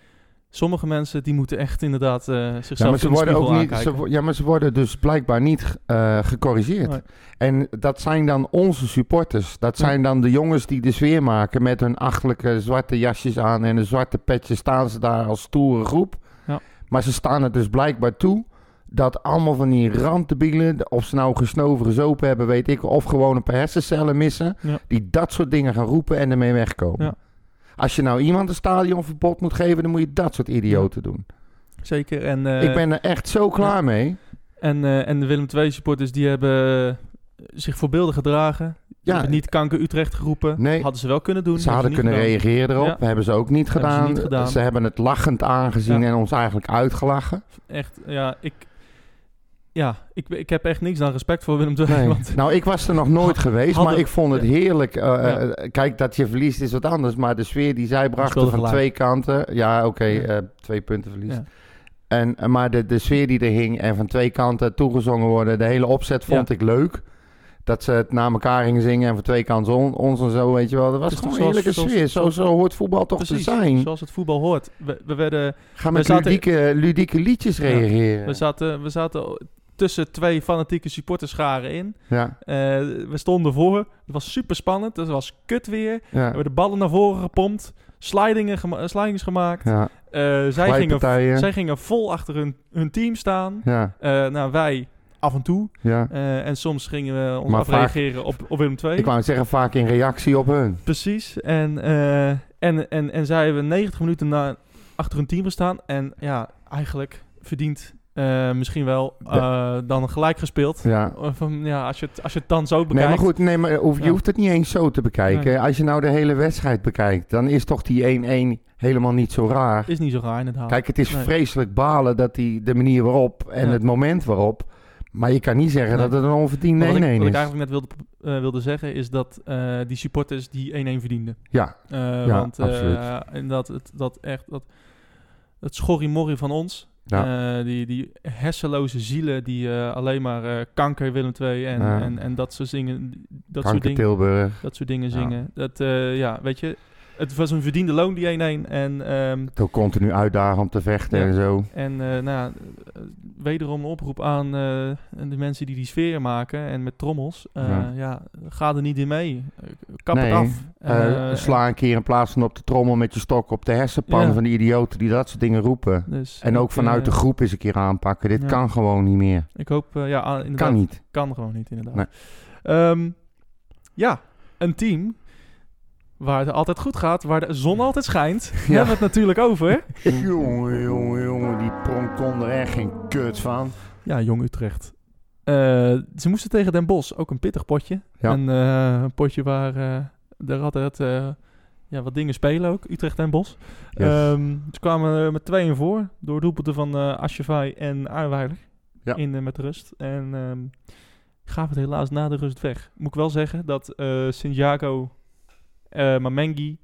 [SPEAKER 2] Sommige mensen die moeten echt inderdaad eh, zichzelf
[SPEAKER 3] ja, maar
[SPEAKER 2] in
[SPEAKER 3] ze
[SPEAKER 2] de
[SPEAKER 3] worden
[SPEAKER 2] spiegel
[SPEAKER 3] ook niet, ze,
[SPEAKER 2] aankijken.
[SPEAKER 3] wo- ja, maar ze worden dus blijkbaar niet eh, gecorrigeerd.
[SPEAKER 2] Nee.
[SPEAKER 3] En dat zijn dan onze supporters. Dat
[SPEAKER 2] Ja.
[SPEAKER 3] zijn dan de jongens die de sfeer maken met hun achtelijke zwarte jasjes aan en hun zwarte petje. Staan ze daar als stoere groep.
[SPEAKER 2] Ja.
[SPEAKER 3] Maar ze staan het dus blijkbaar toe dat allemaal van die randdebielen, de- of ze nou gesnoven, gezopen hebben, weet ik, of gewoon een paar hersencellen missen,
[SPEAKER 2] Ja.
[SPEAKER 3] die dat soort dingen gaan roepen en ermee wegkomen.
[SPEAKER 2] Ja.
[SPEAKER 3] Als je nou iemand een stadionverbod moet geven, dan moet je dat soort idioten doen.
[SPEAKER 2] Zeker. En, eh,
[SPEAKER 3] ik ben er echt zo klaar mee.
[SPEAKER 2] en, eh, en de Willem II supporters die hebben eh, zich voorbeeldig gedragen. Die
[SPEAKER 3] Ja.
[SPEAKER 2] hebben niet kanker Utrecht geroepen.
[SPEAKER 3] Nee.
[SPEAKER 2] Hadden ze wel kunnen doen.
[SPEAKER 3] Ze hadden kunnen
[SPEAKER 2] reageren.
[SPEAKER 3] reageren erop.
[SPEAKER 2] Ja.
[SPEAKER 3] Hebben ze ook niet
[SPEAKER 2] Hebben ze
[SPEAKER 3] gedaan.
[SPEAKER 2] niet gedaan.
[SPEAKER 3] Ze hebben het lachend aangezien
[SPEAKER 2] Ja.
[SPEAKER 3] en ons eigenlijk uitgelachen.
[SPEAKER 2] Echt, ja, ik... Ja, ik, ik heb echt niks aan respect voor Willem II.
[SPEAKER 3] Nee.
[SPEAKER 2] Want,
[SPEAKER 3] Nou, ik was er nog nooit geweest,
[SPEAKER 2] hadden-
[SPEAKER 3] maar ik vond het
[SPEAKER 2] Ja.
[SPEAKER 3] heerlijk. eh,
[SPEAKER 2] Ja.
[SPEAKER 3] eh, Kijk, dat je verliest is wat anders, maar de sfeer die zij brachten
[SPEAKER 2] Onschuldig
[SPEAKER 3] van
[SPEAKER 2] gelijk.
[SPEAKER 3] twee kanten. Ja, oké,
[SPEAKER 2] Ja.
[SPEAKER 3] eh, twee punten verlies.
[SPEAKER 2] Ja.
[SPEAKER 3] En, eh, maar de, de sfeer die er hing en van twee kanten toegezongen worden, de hele opzet vond ik leuk. Dat ze het na elkaar gingen zingen en van twee kanten on- ons en zo, weet je wel. Dat was
[SPEAKER 2] is
[SPEAKER 3] gewoon
[SPEAKER 2] toch
[SPEAKER 3] een heerlijke
[SPEAKER 2] zoals-
[SPEAKER 3] sfeer. Zo,
[SPEAKER 2] zoals-
[SPEAKER 3] zo hoort voetbal toch
[SPEAKER 2] precies,
[SPEAKER 3] te zijn.
[SPEAKER 2] zoals het voetbal hoort. We, we werden
[SPEAKER 3] Ga met
[SPEAKER 2] We zaten-
[SPEAKER 3] ludieke, ludieke liedjes
[SPEAKER 2] Ja.
[SPEAKER 3] reageren.
[SPEAKER 2] We zaten, we zaten tussen twee fanatieke supporterscharen in.
[SPEAKER 3] Ja,
[SPEAKER 2] Eh, we stonden voor. Het was super spannend. Het was kut weer. We
[SPEAKER 3] ja,
[SPEAKER 2] hebben de ballen naar voren gepompt. Slidingen gema- eh, slidings gemaakt.
[SPEAKER 3] ja.
[SPEAKER 2] Eh, zij, gingen,
[SPEAKER 3] Glijpartijen.
[SPEAKER 2] zij gingen vol achter hun, hun team staan.
[SPEAKER 3] Ja,
[SPEAKER 2] Eh, nou, wij af en toe.
[SPEAKER 3] ja.
[SPEAKER 2] Eh, en soms gingen we ons
[SPEAKER 3] Maar vaak-
[SPEAKER 2] afreageren op, op Willem II.
[SPEAKER 3] Ik wou zeggen, vaak in reactie op hun.
[SPEAKER 2] Precies. En, eh, en, en, en zij hebben 90 minuten na, achter hun team gestaan. En ja, eigenlijk verdient eh, misschien wel eh, dan gelijk gespeeld.
[SPEAKER 3] Ja.
[SPEAKER 2] Of, um, ja, als je het, als je het dan zo bekijkt.
[SPEAKER 3] Nee, maar goed, nee, maar eh, hoef- je
[SPEAKER 2] Ja.
[SPEAKER 3] hoeft het niet eens zo te bekijken.
[SPEAKER 2] Nee.
[SPEAKER 3] Als je nou de hele wedstrijd bekijkt, dan is toch die 1-1 helemaal niet zo raar.
[SPEAKER 2] Is niet zo raar inderdaad.
[SPEAKER 3] Kijk, het is
[SPEAKER 2] Nee.
[SPEAKER 3] vreselijk balen dat die, de manier waarop en
[SPEAKER 2] Ja.
[SPEAKER 3] het moment waarop. Maar je kan niet zeggen
[SPEAKER 2] Nee.
[SPEAKER 3] dat het een onverdiende 1-1
[SPEAKER 2] wat ik, wat ik
[SPEAKER 3] is.
[SPEAKER 2] eigenlijk net wilde, eh, wilde zeggen is dat eh, die supporters die 1-1 verdienden.
[SPEAKER 3] Ja,
[SPEAKER 2] Eh,
[SPEAKER 3] Ja,
[SPEAKER 2] want eh,
[SPEAKER 3] absoluut.
[SPEAKER 2] en dat, het, dat echt dat, het schorrimorrie van ons. eh, die, die hersenloze zielen die eh, alleen maar eh, kanker Willem II en,
[SPEAKER 3] Ja.
[SPEAKER 2] en, en dat soort zingen. Dat soort
[SPEAKER 3] Kanker
[SPEAKER 2] dingen,
[SPEAKER 3] Tilburg.
[SPEAKER 2] dat soort dingen
[SPEAKER 3] Ja.
[SPEAKER 2] zingen. Dat, eh, ja, weet je, het was een verdiende loon die 1-1. En, ehm,
[SPEAKER 3] Toch continu uitdagen om te vechten
[SPEAKER 2] Ja.
[SPEAKER 3] en zo.
[SPEAKER 2] en eh, nou, ja, eh, wederom een oproep aan eh, de mensen die die sfeer maken en met trommels. Eh,
[SPEAKER 3] Ja.
[SPEAKER 2] ja. ga er niet in mee. Eh, Kap
[SPEAKER 3] Nee,
[SPEAKER 2] het af.
[SPEAKER 3] Eh,
[SPEAKER 2] Eh,
[SPEAKER 3] sla een keer in plaats van op de trommel met je stok op de hersenpan
[SPEAKER 2] Ja.
[SPEAKER 3] van die idioten die dat soort dingen roepen.
[SPEAKER 2] en- dus
[SPEAKER 3] En ook
[SPEAKER 2] ik,
[SPEAKER 3] vanuit de
[SPEAKER 2] eh,
[SPEAKER 3] groep eens een keer aanpakken. Dit
[SPEAKER 2] ja.
[SPEAKER 3] kan gewoon niet meer.
[SPEAKER 2] Ik hoop, eh, ja, ah, inderdaad.
[SPEAKER 3] Kan niet.
[SPEAKER 2] Kan gewoon niet, inderdaad.
[SPEAKER 3] Nee.
[SPEAKER 2] Ehm, ja, een team waar het altijd goed gaat, waar de zon altijd schijnt. We hebben het natuurlijk over.
[SPEAKER 3] jongen, jongen, jongen. Die pronk kon er echt geen kut van.
[SPEAKER 2] Ja, Jong Utrecht. Eh, ze moesten tegen Den Bosch, ook een pittig potje.
[SPEAKER 3] Ja.
[SPEAKER 2] Een, eh, een potje waar eh er altijd eh, ja, wat dingen spelen ook, Utrecht en Bosch.
[SPEAKER 3] Yes.
[SPEAKER 2] Ehm, ze kwamen eh, met tweeën voor door doelpunten van eh Asjevai en Aarweiler
[SPEAKER 3] Ja.
[SPEAKER 2] in eh, met rust. En ehm gaven het helaas na de rust weg. Moet ik wel zeggen dat eh Santiago, eh Mamengi,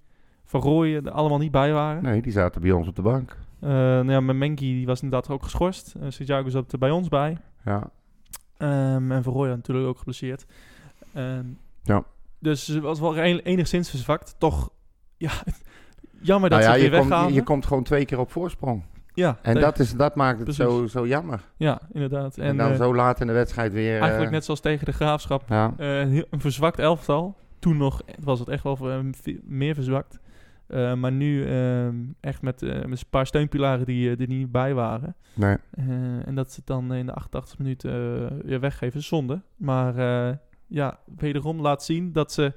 [SPEAKER 2] Van Rooyen er allemaal niet bij waren.
[SPEAKER 3] Nee, die zaten bij ons op de bank.
[SPEAKER 2] Eh nou ja, Mamengi die was inderdaad ook geschorst. Eh, Santiago zat er bij ons bij.
[SPEAKER 3] Ja.
[SPEAKER 2] Ehm, en Van Rooyen natuurlijk ook geblesseerd. Ehm,
[SPEAKER 3] Ja.
[SPEAKER 2] Dus ze was wel een- enigszins verzwakt. Toch, ja, jammer dat
[SPEAKER 3] Nou ja,
[SPEAKER 2] ze het
[SPEAKER 3] je,
[SPEAKER 2] weer
[SPEAKER 3] komt,
[SPEAKER 2] weggaan.
[SPEAKER 3] je komt gewoon twee keer op voorsprong.
[SPEAKER 2] ja,
[SPEAKER 3] En
[SPEAKER 2] tegen-
[SPEAKER 3] dat, is, dat maakt het
[SPEAKER 2] Precies.
[SPEAKER 3] zo, zo jammer.
[SPEAKER 2] Ja, inderdaad.
[SPEAKER 3] En,
[SPEAKER 2] En,
[SPEAKER 3] dan
[SPEAKER 2] eh,
[SPEAKER 3] zo laat in de wedstrijd weer... eh,
[SPEAKER 2] eigenlijk net zoals tegen de Graafschap.
[SPEAKER 3] Ja.
[SPEAKER 2] eh, een heel- een verzwakt elftal. Toen nog was het echt wel eh, ve- meer verzwakt. Eh, maar nu eh, echt met, eh, met een paar steunpilaren die eh, er niet bij waren.
[SPEAKER 3] Nee.
[SPEAKER 2] Eh, en dat ze het dan in de 88 minuten eh, ja, weggeven, zonde. Maar eh, ja, wederom laat zien dat ze,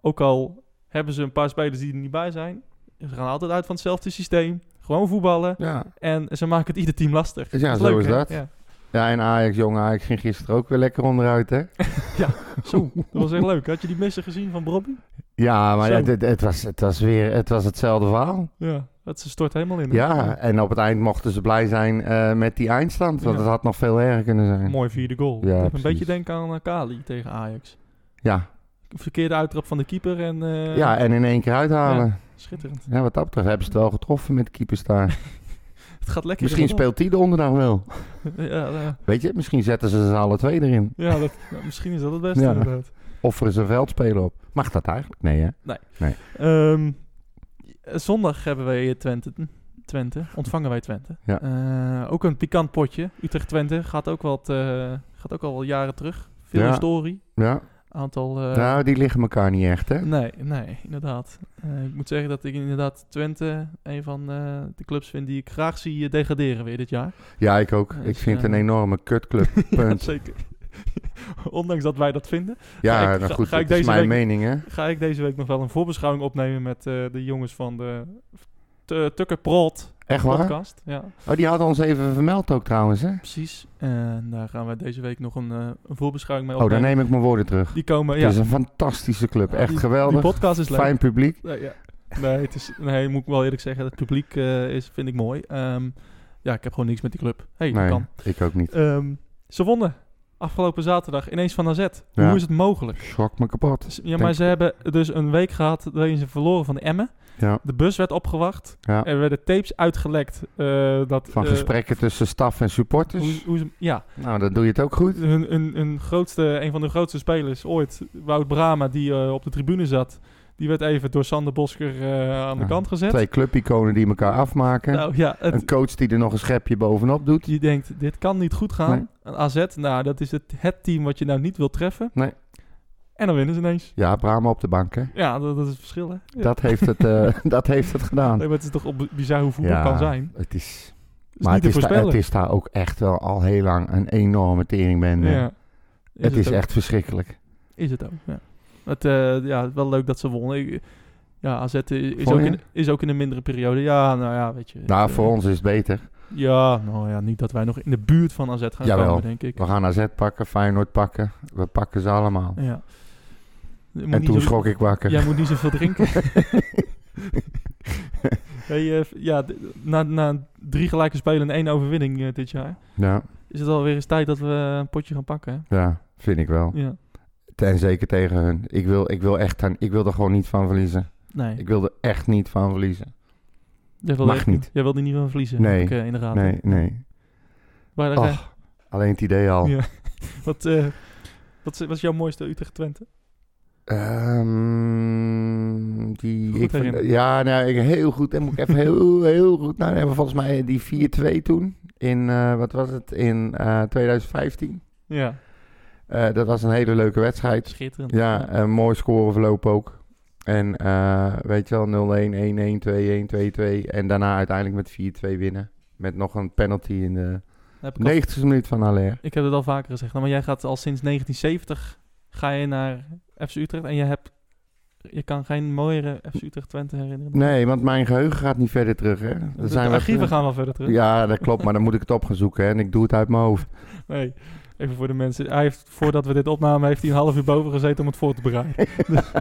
[SPEAKER 2] ook al hebben ze een paar spelers die er niet bij zijn, ze gaan altijd uit van hetzelfde systeem. Gewoon voetballen.
[SPEAKER 3] Ja.
[SPEAKER 2] En ze maken het ieder team lastig.
[SPEAKER 3] Ja,
[SPEAKER 2] Dat
[SPEAKER 3] zo
[SPEAKER 2] leuk,
[SPEAKER 3] is
[SPEAKER 2] hè?
[SPEAKER 3] dat.
[SPEAKER 2] Ja.
[SPEAKER 3] Ja, en Ajax, jongen, Ajax ging gisteren ook weer lekker onderuit, hè?
[SPEAKER 2] Zo, dat was echt leuk. Had je die missen gezien van Bobby?
[SPEAKER 3] Ja, maar
[SPEAKER 2] Zo.
[SPEAKER 3] het, het, het was, het was weer het was hetzelfde verhaal.
[SPEAKER 2] Ja, dat ze stort helemaal in. hè?
[SPEAKER 3] Ja, en op het eind mochten ze blij zijn eh, met die eindstand, want
[SPEAKER 2] Ja.
[SPEAKER 3] het had nog veel erger kunnen zijn.
[SPEAKER 2] Mooi vierde goal.
[SPEAKER 3] Ja,
[SPEAKER 2] Doet me
[SPEAKER 3] precies.
[SPEAKER 2] een beetje denken aan eh, Kali tegen Ajax.
[SPEAKER 3] Ja.
[SPEAKER 2] Verkeerde uittrap van de keeper en eh,
[SPEAKER 3] ja, en in één keer uithalen.
[SPEAKER 2] schitterend.
[SPEAKER 3] Ja. wat dat betreft hebben ze het wel getroffen met de keepers daar.
[SPEAKER 2] Het gaat lekker.
[SPEAKER 3] misschien
[SPEAKER 2] in de
[SPEAKER 3] speelt die de onderdag wel.
[SPEAKER 2] bal. ja, ja.
[SPEAKER 3] Weet je, misschien zetten ze ze alle twee erin.
[SPEAKER 2] Ja, dat, nou, misschien is dat het beste
[SPEAKER 3] Ja.
[SPEAKER 2] inderdaad.
[SPEAKER 3] Offeren ze een veldspeler op. Mag dat eigenlijk? Nee, hè?
[SPEAKER 2] Ehm, zondag hebben wij Twente, hm, Twente ontvangen wij Twente.
[SPEAKER 3] Ja.
[SPEAKER 2] Eh, ook een pikant potje. Utrecht-Twente gaat ook, wat, eh, gaat ook al wel jaren terug. Veel
[SPEAKER 3] Ja.
[SPEAKER 2] historie.
[SPEAKER 3] Ja,
[SPEAKER 2] Aantal... eh,
[SPEAKER 3] nou, die liggen elkaar niet echt, hè?
[SPEAKER 2] Nee, nee, inderdaad. Eh, ik moet zeggen dat ik inderdaad Twente een van eh, de clubs vind die ik graag zie eh, degraderen weer dit jaar.
[SPEAKER 3] Ja, ik ook.
[SPEAKER 2] Nee,
[SPEAKER 3] Ik
[SPEAKER 2] ze-
[SPEAKER 3] vind het een enorme kutclub.
[SPEAKER 2] eh, Ja,
[SPEAKER 3] Punt.
[SPEAKER 2] zeker. Ondanks dat wij dat vinden,
[SPEAKER 3] Ja,
[SPEAKER 2] Ga ik-
[SPEAKER 3] nou
[SPEAKER 2] ga-
[SPEAKER 3] goed,
[SPEAKER 2] ga ik
[SPEAKER 3] dat is
[SPEAKER 2] deze
[SPEAKER 3] mijn
[SPEAKER 2] week-
[SPEAKER 3] mening, hè?
[SPEAKER 2] ga ik deze week nog wel een voorbeschouwing opnemen met eh, de jongens van de T- Tukker Prot
[SPEAKER 3] Echt waar?
[SPEAKER 2] podcast. Ja,
[SPEAKER 3] Oh, die hadden ons even vermeld ook trouwens, hè?
[SPEAKER 2] precies. En daar gaan we deze week nog een, eh, een voorbeschouwing mee
[SPEAKER 3] Oh,
[SPEAKER 2] opnemen.
[SPEAKER 3] dan neem ik mijn woorden terug.
[SPEAKER 2] Die komen, ja.
[SPEAKER 3] Het is een fantastische club.
[SPEAKER 2] Ja,
[SPEAKER 3] Echt
[SPEAKER 2] die- Die
[SPEAKER 3] geweldig.
[SPEAKER 2] podcast is leuk.
[SPEAKER 3] Fijn publiek.
[SPEAKER 2] Nee, ja. nee, het is, nee, moet ik wel eerlijk zeggen, het publiek eh, is, vind ik mooi. Ehm, ja, ik heb gewoon niks met die club. Hey, dat
[SPEAKER 3] Nee,
[SPEAKER 2] kan.
[SPEAKER 3] ik ook niet.
[SPEAKER 2] Ehm, ze wonnen afgelopen zaterdag ineens van AZ.
[SPEAKER 3] Ja.
[SPEAKER 2] Hoe is het mogelijk?
[SPEAKER 3] Schrok me kapot.
[SPEAKER 2] Z- Ja, maar ze hebben dus een week gehad waarin ze verloren van Emmen.
[SPEAKER 3] Ja,
[SPEAKER 2] De bus werd opgewacht.
[SPEAKER 3] ja.
[SPEAKER 2] Er werden tapes uitgelekt. eh, dat,
[SPEAKER 3] Van
[SPEAKER 2] eh,
[SPEAKER 3] gesprekken tussen staf en supporters.
[SPEAKER 2] Hoe, hoe ze- ja,
[SPEAKER 3] Nou, dan doe je het ook goed.
[SPEAKER 2] hun, hun, hun grootste, een van de grootste spelers ooit, Wout Brama, die eh, op de tribune zat, die werd even door Sander Bosker eh, aan de
[SPEAKER 3] Ja,
[SPEAKER 2] kant gezet.
[SPEAKER 3] Twee clubiconen die elkaar afmaken.
[SPEAKER 2] Nou ja, het,
[SPEAKER 3] Een coach die er nog een schepje bovenop doet.
[SPEAKER 2] je denkt, dit kan niet goed gaan.
[SPEAKER 3] Nee.
[SPEAKER 2] Een AZ, nou, dat is het, het team wat je nou niet wilt treffen.
[SPEAKER 3] Nee.
[SPEAKER 2] En dan winnen ze ineens.
[SPEAKER 3] Ja, Brahma op de bank, hè.
[SPEAKER 2] Ja, dat, dat is het verschil, hè? Ja.
[SPEAKER 3] Dat heeft het, eh, dat heeft het gedaan.
[SPEAKER 2] Nee, maar het is toch op- bizar hoe voetbal
[SPEAKER 3] Ja,
[SPEAKER 2] kan zijn.
[SPEAKER 3] Het is...
[SPEAKER 2] Het is
[SPEAKER 3] Maar
[SPEAKER 2] niet
[SPEAKER 3] het
[SPEAKER 2] te
[SPEAKER 3] is, daar,
[SPEAKER 2] voorspellen.
[SPEAKER 3] het is daar ook echt wel al heel lang een enorme teringbende.
[SPEAKER 2] Ja. Is
[SPEAKER 3] het is
[SPEAKER 2] ook.
[SPEAKER 3] echt verschrikkelijk.
[SPEAKER 2] Is het ook, ja. Het, eh, ja, wel leuk dat ze wonnen. Ik- Ja, AZ is, is,
[SPEAKER 3] Vond
[SPEAKER 2] ook
[SPEAKER 3] je?
[SPEAKER 2] in, is ook in een mindere periode. Ja, nou ja, weet je.
[SPEAKER 3] Nou,
[SPEAKER 2] Eh,
[SPEAKER 3] voor ons is het beter.
[SPEAKER 2] Ja, nou ja, niet dat wij nog in de buurt van AZ gaan
[SPEAKER 3] Jawel.
[SPEAKER 2] komen, denk ik.
[SPEAKER 3] We gaan AZ pakken, Feyenoord pakken. We pakken ze allemaal.
[SPEAKER 2] Ja. Je moet
[SPEAKER 3] En
[SPEAKER 2] niet
[SPEAKER 3] toen
[SPEAKER 2] zo-
[SPEAKER 3] schrok ik wakker.
[SPEAKER 2] Jij moet niet zoveel drinken. hey, eh, v- ja, d- na, na drie gelijke spelen en één overwinning eh, dit jaar...
[SPEAKER 3] Ja,
[SPEAKER 2] is het alweer eens tijd dat we een potje gaan pakken, hè?
[SPEAKER 3] ja, vind ik wel.
[SPEAKER 2] Ja.
[SPEAKER 3] En zeker tegen hun. Ik wil, ik, wil echt aan, ik wil er gewoon niet van verliezen.
[SPEAKER 2] Nee.
[SPEAKER 3] Ik wil er echt niet van verliezen.
[SPEAKER 2] Jij wil
[SPEAKER 3] mag
[SPEAKER 2] echt-
[SPEAKER 3] niet.
[SPEAKER 2] Jij wilt er niet van verliezen,
[SPEAKER 3] Nee.
[SPEAKER 2] heb ik, eh, in de raad.
[SPEAKER 3] Nee, nee.
[SPEAKER 2] Maar daar-
[SPEAKER 3] Och, alleen het idee al.
[SPEAKER 2] Ja. Wat, eh, wat, is- wat is jouw mooiste Utrecht-Twente?
[SPEAKER 3] Ehm, die,
[SPEAKER 2] Goed
[SPEAKER 3] ik vond-
[SPEAKER 2] herinneren.
[SPEAKER 3] ja, nou, ik, heel goed. Daar moet ik even heel, heel goed naar hebben. Volgens mij die 4-2 toen. In, eh, wat was het? In eh, 2015.
[SPEAKER 2] Ja,
[SPEAKER 3] Eh, dat was een hele leuke wedstrijd.
[SPEAKER 2] schitterend.
[SPEAKER 3] Ja, eh, een mooi scoreverloop ook. En eh, weet je wel, 0-1, 1-1, 2-1, 2-2. En daarna uiteindelijk met 4-2 winnen. Met nog een penalty in de
[SPEAKER 2] Heb ik, al-
[SPEAKER 3] 90ste minuut van Haller.
[SPEAKER 2] ik heb het al vaker gezegd, nou, maar jij gaat al sinds 1970 ga je naar FC Utrecht en je, hebt, je kan geen mooiere FC Utrecht-Twente herinneren.
[SPEAKER 3] Nee, want mijn geheugen gaat niet verder terug. Hè. Er
[SPEAKER 2] De,
[SPEAKER 3] zijn
[SPEAKER 2] de
[SPEAKER 3] wat-
[SPEAKER 2] archieven gaan wel verder terug.
[SPEAKER 3] Ja, dat klopt, maar dan moet ik het op gaan zoeken. Hè. En ik doe het uit mijn hoofd.
[SPEAKER 2] Nee, even voor de mensen. Hij heeft, voordat we dit opnamen, heeft hij een half uur boven gezeten om het voor te bereiden. Dus-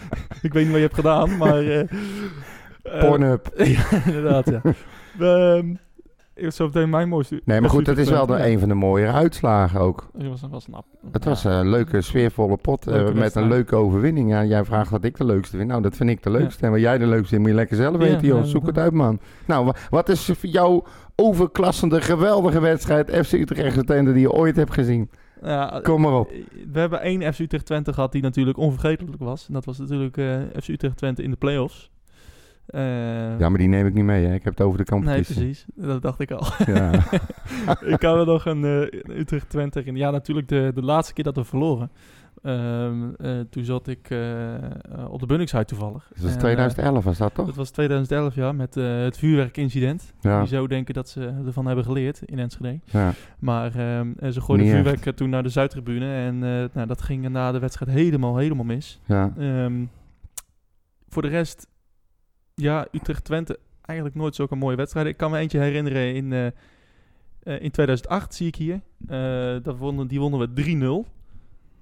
[SPEAKER 2] ik weet niet wat je hebt gedaan, maar... eh, eh,
[SPEAKER 3] Pornhub.
[SPEAKER 2] ja, inderdaad, ja. Ehm, ik zo meteen mijn mooiste...
[SPEAKER 3] Nee, maar goed, dat is wel
[SPEAKER 2] de
[SPEAKER 3] de, een van de mooiere uitslagen ook.
[SPEAKER 2] Dat was, was knap.
[SPEAKER 3] Het was een leuke, sfeervolle pot eh,
[SPEAKER 2] Leuke
[SPEAKER 3] met
[SPEAKER 2] wedstrijd.
[SPEAKER 3] een leuke overwinning. Ja, jij vraagt wat ik de leukste vind. Nou, dat vind ik de leukste. En wat jij de leukste vindt, moet je lekker zelf
[SPEAKER 2] Ja,
[SPEAKER 3] weten, joh.
[SPEAKER 2] ja,
[SPEAKER 3] Zoek het
[SPEAKER 2] ja.
[SPEAKER 3] uit, man. Nou, wa- wat is voor jou overklassende, geweldige wedstrijd FC Utrecht Twente die je ooit hebt gezien?
[SPEAKER 2] Ja,
[SPEAKER 3] Kom maar op.
[SPEAKER 2] we hebben één FC Utrecht Twente gehad die natuurlijk onvergetelijk was. En dat was natuurlijk eh, FC Utrecht Twente in de play-offs. Eh,
[SPEAKER 3] Ja, maar die neem ik niet mee, hè. Ik heb het over de
[SPEAKER 2] nee,
[SPEAKER 3] competitie.
[SPEAKER 2] precies. Dat dacht ik al.
[SPEAKER 3] Ja.
[SPEAKER 2] ik kan me nog een eh, Utrecht Twente in. Ja, natuurlijk de, de laatste keer dat we verloren. Ehm, eh, toen zat ik eh, eh, op de Bunningshuid toevallig.
[SPEAKER 3] Dat was
[SPEAKER 2] En,
[SPEAKER 3] 2011, was dat
[SPEAKER 2] eh,
[SPEAKER 3] toch?
[SPEAKER 2] dat was 2011, ja, met eh, het vuurwerkincident.
[SPEAKER 3] Ja,
[SPEAKER 2] Die zou denken dat ze ervan hebben geleerd in Enschede.
[SPEAKER 3] ja.
[SPEAKER 2] Maar ehm, eh, ze gooiden
[SPEAKER 3] Niet echt.
[SPEAKER 2] vuurwerk eh, toen naar de Zuidtribune. En eh, nou, dat ging na de wedstrijd helemaal, helemaal mis.
[SPEAKER 3] ja.
[SPEAKER 2] Ehm, voor de rest, ja, Utrecht-Twente eigenlijk nooit zulke mooie wedstrijden. Ik kan me eentje herinneren in eh, Eh, in 2008 zie ik hier. Eh, dat wonnen, die wonnen we 3-0.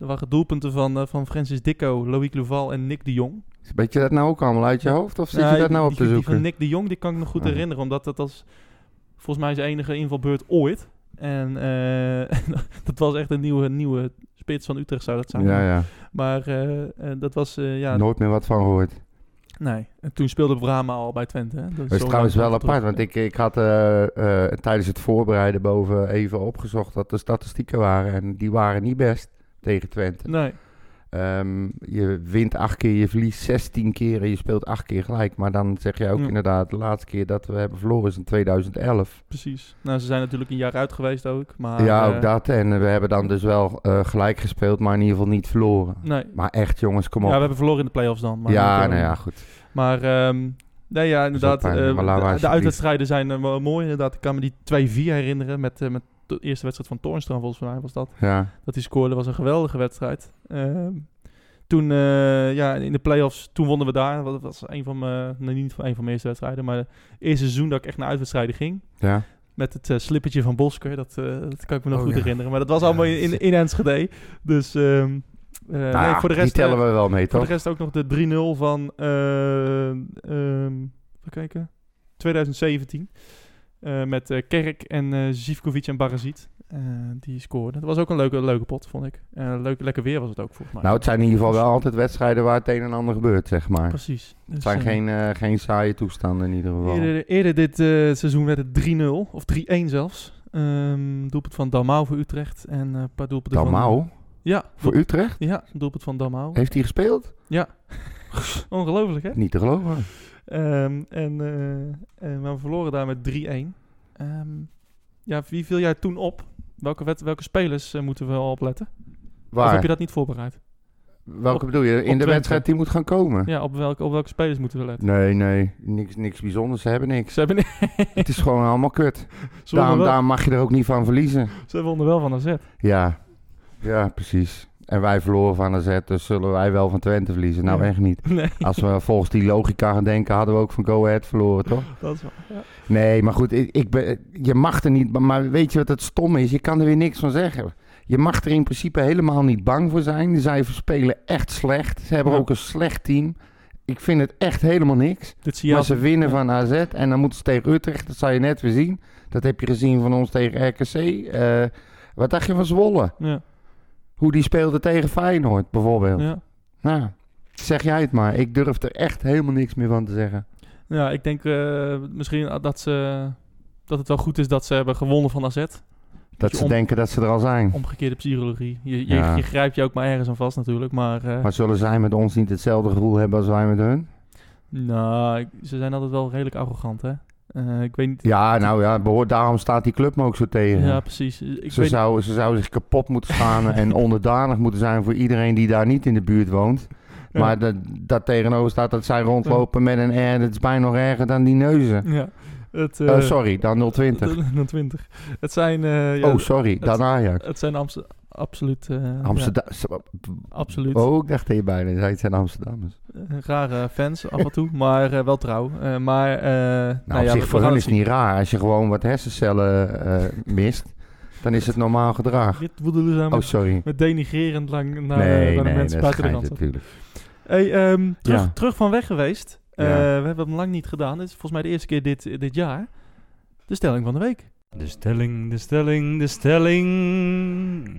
[SPEAKER 2] Er waren doelpunten van, eh, van Francis Dicco, Loïc Louval en Nick de Jong.
[SPEAKER 3] Weet je dat nou ook allemaal uit je hoofd? Of zit
[SPEAKER 2] Nee,
[SPEAKER 3] je dat nou op
[SPEAKER 2] die-
[SPEAKER 3] te
[SPEAKER 2] die- Die van
[SPEAKER 3] zoeken?
[SPEAKER 2] Nick de Jong, die kan ik nog goed
[SPEAKER 3] Ah.
[SPEAKER 2] herinneren. Omdat dat was volgens mij zijn enige invalbeurt ooit. En eh, dat was echt een nieuwe, nieuwe spits van Utrecht zou dat zijn.
[SPEAKER 3] ja, ja.
[SPEAKER 2] Maar eh, eh, dat was, eh, ja,
[SPEAKER 3] Nooit meer wat van gehoord.
[SPEAKER 2] nee. En toen speelde Brahma al bij Twente. Hè?
[SPEAKER 3] Dat is trouwens wel apart, want ik, ik had eh, eh, tijdens het voorbereiden boven even opgezocht wat de statistieken waren. En die waren niet best tegen Twente.
[SPEAKER 2] Nee,
[SPEAKER 3] Ehm, je wint acht keer, je verliest 16 keer en je speelt acht keer gelijk. Maar dan zeg je ook
[SPEAKER 2] Ja.
[SPEAKER 3] inderdaad, de laatste keer dat we hebben verloren is in 2011.
[SPEAKER 2] precies. Nou, ze zijn natuurlijk een jaar uit geweest ook. Maar,
[SPEAKER 3] ja,
[SPEAKER 2] eh,
[SPEAKER 3] ook dat. En we hebben dan dus wel eh, gelijk gespeeld, maar in ieder geval niet verloren.
[SPEAKER 2] Nee.
[SPEAKER 3] Maar echt jongens, kom
[SPEAKER 2] Ja,
[SPEAKER 3] op.
[SPEAKER 2] we
[SPEAKER 3] Ja,
[SPEAKER 2] hebben verloren in de play-offs dan. Maar eh,
[SPEAKER 3] nou ja, goed.
[SPEAKER 2] Maar, ehm, nee, ja, inderdaad.
[SPEAKER 3] Dat is ook pijnlijk,
[SPEAKER 2] eh,
[SPEAKER 3] maar laten we
[SPEAKER 2] de- de,
[SPEAKER 3] alsjeblieft.
[SPEAKER 2] uitwedstrijden zijn eh, wel mooi, inderdaad. Ik kan me die 2-4 herinneren met, eh, met de eerste wedstrijd van Toornstra, volgens mij was dat.
[SPEAKER 3] Ja,
[SPEAKER 2] Dat hij scoorde, was een geweldige wedstrijd. Ehm, toen, eh, ja, in de play-offs, toen wonnen we daar. Dat was een van mijn, nee, niet van een van mijn eerste wedstrijden, maar het eerste seizoen dat ik echt naar uitwedstrijden ging.
[SPEAKER 3] ja.
[SPEAKER 2] Met het eh, slippertje van Bosker, dat, eh, dat kan ik me nog
[SPEAKER 3] Oh,
[SPEAKER 2] goed
[SPEAKER 3] ja.
[SPEAKER 2] herinneren. Maar dat was allemaal in, in Enschede. Dus ehm, eh,
[SPEAKER 3] Nou
[SPEAKER 2] nee,
[SPEAKER 3] ja,
[SPEAKER 2] voor de rest...
[SPEAKER 3] die
[SPEAKER 2] eh,
[SPEAKER 3] tellen we wel mee,
[SPEAKER 2] voor
[SPEAKER 3] toch?
[SPEAKER 2] de rest ook nog de 3-0 van. eh, ehm, even kijken. 2017. Eh, met eh, Kerk en eh Zivkovic en Barazit. Eh, die scoorden. Dat was ook een leuke, leuke pot, vond ik. Eh, leuk, lekker weer was het ook, volgens mij.
[SPEAKER 3] Nou, het zijn in ieder geval wel altijd wedstrijden waar het een en ander gebeurt, zeg maar.
[SPEAKER 2] dus- Precies. Dus,
[SPEAKER 3] Het zijn geen, eh, geen saaie toestanden in ieder geval.
[SPEAKER 2] Eerder, eerder dit eh, seizoen werd het 3-0. Of 3-1 zelfs. Ehm doelpunt van Dalmau voor Utrecht. En eh, een paar doelpunten van...
[SPEAKER 3] Dalmau?
[SPEAKER 2] Ja,
[SPEAKER 3] Voor
[SPEAKER 2] doel-
[SPEAKER 3] Utrecht?
[SPEAKER 2] Ja, doelpunt van Dalmau.
[SPEAKER 3] Heeft hij gespeeld?
[SPEAKER 2] Ongelooflijk, hè?
[SPEAKER 3] Niet te geloven.
[SPEAKER 2] Ehm, en, eh, en we verloren daar met 3-1. Ehm, ja, wie viel jij toen op? Welke, wet, welke spelers eh, moeten we al opletten? Of heb
[SPEAKER 3] Waar?
[SPEAKER 2] je dat niet voorbereid?
[SPEAKER 3] Welke
[SPEAKER 2] op-
[SPEAKER 3] bedoel je? In de
[SPEAKER 2] Twente?
[SPEAKER 3] wedstrijd die moet gaan komen?
[SPEAKER 2] Ja, op welke, op welke spelers moeten we letten?
[SPEAKER 3] Nee, nee. Niks, niks bijzonders. Ze hebben niks.
[SPEAKER 2] Ze hebben,
[SPEAKER 3] Het is gewoon allemaal kut.
[SPEAKER 2] ze, wonnen
[SPEAKER 3] Daarom,
[SPEAKER 2] wel,
[SPEAKER 3] daarom mag je er ook niet van verliezen.
[SPEAKER 2] ze wonnen wel van AZ.
[SPEAKER 3] Ja. Ja, precies. En wij verloren van AZ, dus zullen wij wel van Twente verliezen. Nou,
[SPEAKER 2] Ja.
[SPEAKER 3] echt niet.
[SPEAKER 2] Nee,
[SPEAKER 3] Als we volgens die logica gaan denken, hadden we ook van Go Ahead verloren, toch?
[SPEAKER 2] dat is wel... Ja.
[SPEAKER 3] Nee, maar goed, ik, ik ben, je mag er niet... Maar weet je wat het stom is? Je kan er weer niks van zeggen. Je mag er in principe helemaal niet bang voor zijn. Zij spelen echt slecht. Ze hebben
[SPEAKER 2] Ja.
[SPEAKER 3] ook een slecht team. Ik vind het echt helemaal niks.
[SPEAKER 2] Dit zie je
[SPEAKER 3] maar
[SPEAKER 2] als...
[SPEAKER 3] ze winnen
[SPEAKER 2] ja.
[SPEAKER 3] van AZ en dan moeten ze tegen Utrecht. Dat zou je net weer zien. Dat heb je gezien van ons tegen RKC. Eh, wat dacht je van Zwolle?
[SPEAKER 2] Ja,
[SPEAKER 3] Hoe die speelde tegen Feyenoord bijvoorbeeld.
[SPEAKER 2] ja.
[SPEAKER 3] Nou, zeg jij het maar. Ik durf er echt helemaal niks meer van te zeggen.
[SPEAKER 2] ja, ik denk eh, misschien dat, ze, dat het wel goed is dat ze hebben gewonnen van AZ.
[SPEAKER 3] Dat
[SPEAKER 2] je
[SPEAKER 3] ze
[SPEAKER 2] om-
[SPEAKER 3] denken dat ze er al zijn.
[SPEAKER 2] Omgekeerde psychologie. Je, je,
[SPEAKER 3] Ja.
[SPEAKER 2] je grijpt je ook maar ergens aan vast natuurlijk, maar... eh,
[SPEAKER 3] Maar zullen zij met ons niet hetzelfde gevoel hebben als wij met hun?
[SPEAKER 2] Nou, ik- ze zijn altijd wel redelijk arrogant, hè? Eh, ik weet niet.
[SPEAKER 3] Ja, nou ja, behoor, daarom staat die club me ook zo tegen.
[SPEAKER 2] Ja, precies. Eh, Ik
[SPEAKER 3] ze,
[SPEAKER 2] weet,
[SPEAKER 3] zou, ze zou zich kapot moeten schamen en onderdanig moeten zijn voor iedereen die daar niet in de buurt woont.
[SPEAKER 2] Ja.
[SPEAKER 3] Maar dat, dat tegenover staat dat zij rondlopen met een R, dat is bijna nog erger dan die neuzen.
[SPEAKER 2] Ja, het,
[SPEAKER 3] Eh,
[SPEAKER 2] eh,
[SPEAKER 3] sorry, dan 020.
[SPEAKER 2] het- het- 20. Het zijn, eh, ja,
[SPEAKER 3] oh, sorry, dan Ajax.
[SPEAKER 2] het zijn Amsterdam. Absoluut. eh,
[SPEAKER 3] Amsterdam.
[SPEAKER 2] ja, absoluut.
[SPEAKER 3] Oh, ik dacht dat je bijna zei, het zijn Amsterdammers.
[SPEAKER 2] Eh, rare fans af en toe, maar eh, wel trouw. Eh, maar, eh,
[SPEAKER 3] Nou,
[SPEAKER 2] ja,
[SPEAKER 3] op zich
[SPEAKER 2] we- we
[SPEAKER 3] voor
[SPEAKER 2] gaan
[SPEAKER 3] hun
[SPEAKER 2] het
[SPEAKER 3] is het
[SPEAKER 2] zien.
[SPEAKER 3] niet raar. Als je gewoon wat hersencellen eh, mist, dan is het normaal gedrag.
[SPEAKER 2] Dit bedoelen ze
[SPEAKER 3] Oh,
[SPEAKER 2] met,
[SPEAKER 3] sorry.
[SPEAKER 2] met denigrerend lang naar, eh,
[SPEAKER 3] nee,
[SPEAKER 2] naar de
[SPEAKER 3] nee,
[SPEAKER 2] mensen
[SPEAKER 3] dat
[SPEAKER 2] buiten de
[SPEAKER 3] schijnt
[SPEAKER 2] rand.
[SPEAKER 3] natuurlijk.
[SPEAKER 2] Hey, ehm, terug,
[SPEAKER 3] Ja.
[SPEAKER 2] terug van weg geweest.
[SPEAKER 3] Ja.
[SPEAKER 2] Eh, we hebben hem lang niet gedaan. Dit is volgens mij de eerste keer dit, dit jaar. De stelling van de week.
[SPEAKER 9] De stelling, de stelling, de stelling.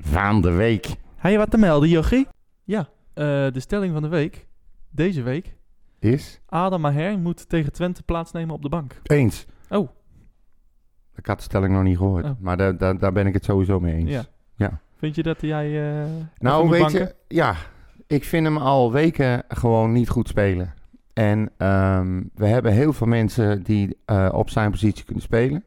[SPEAKER 3] Van de week.
[SPEAKER 2] Heb je wat te melden, Jochie? Ja, eh, de stelling van de week, deze week.
[SPEAKER 3] Is?
[SPEAKER 2] Adam Maher moet tegen Twente plaatsnemen op de bank.
[SPEAKER 3] Eens.
[SPEAKER 2] Oh.
[SPEAKER 3] Ik had de stelling nog niet gehoord.
[SPEAKER 2] Oh.
[SPEAKER 3] Maar daar, daar, daar ben ik het sowieso mee eens.
[SPEAKER 2] Ja.
[SPEAKER 3] Ja.
[SPEAKER 2] Vind je dat jij... eh, even
[SPEAKER 3] Nou,
[SPEAKER 2] moet
[SPEAKER 3] weet
[SPEAKER 2] banken?
[SPEAKER 3] je, ja, ik vind hem al weken gewoon niet goed spelen. En ehm, we hebben heel veel mensen die eh, op zijn positie kunnen spelen.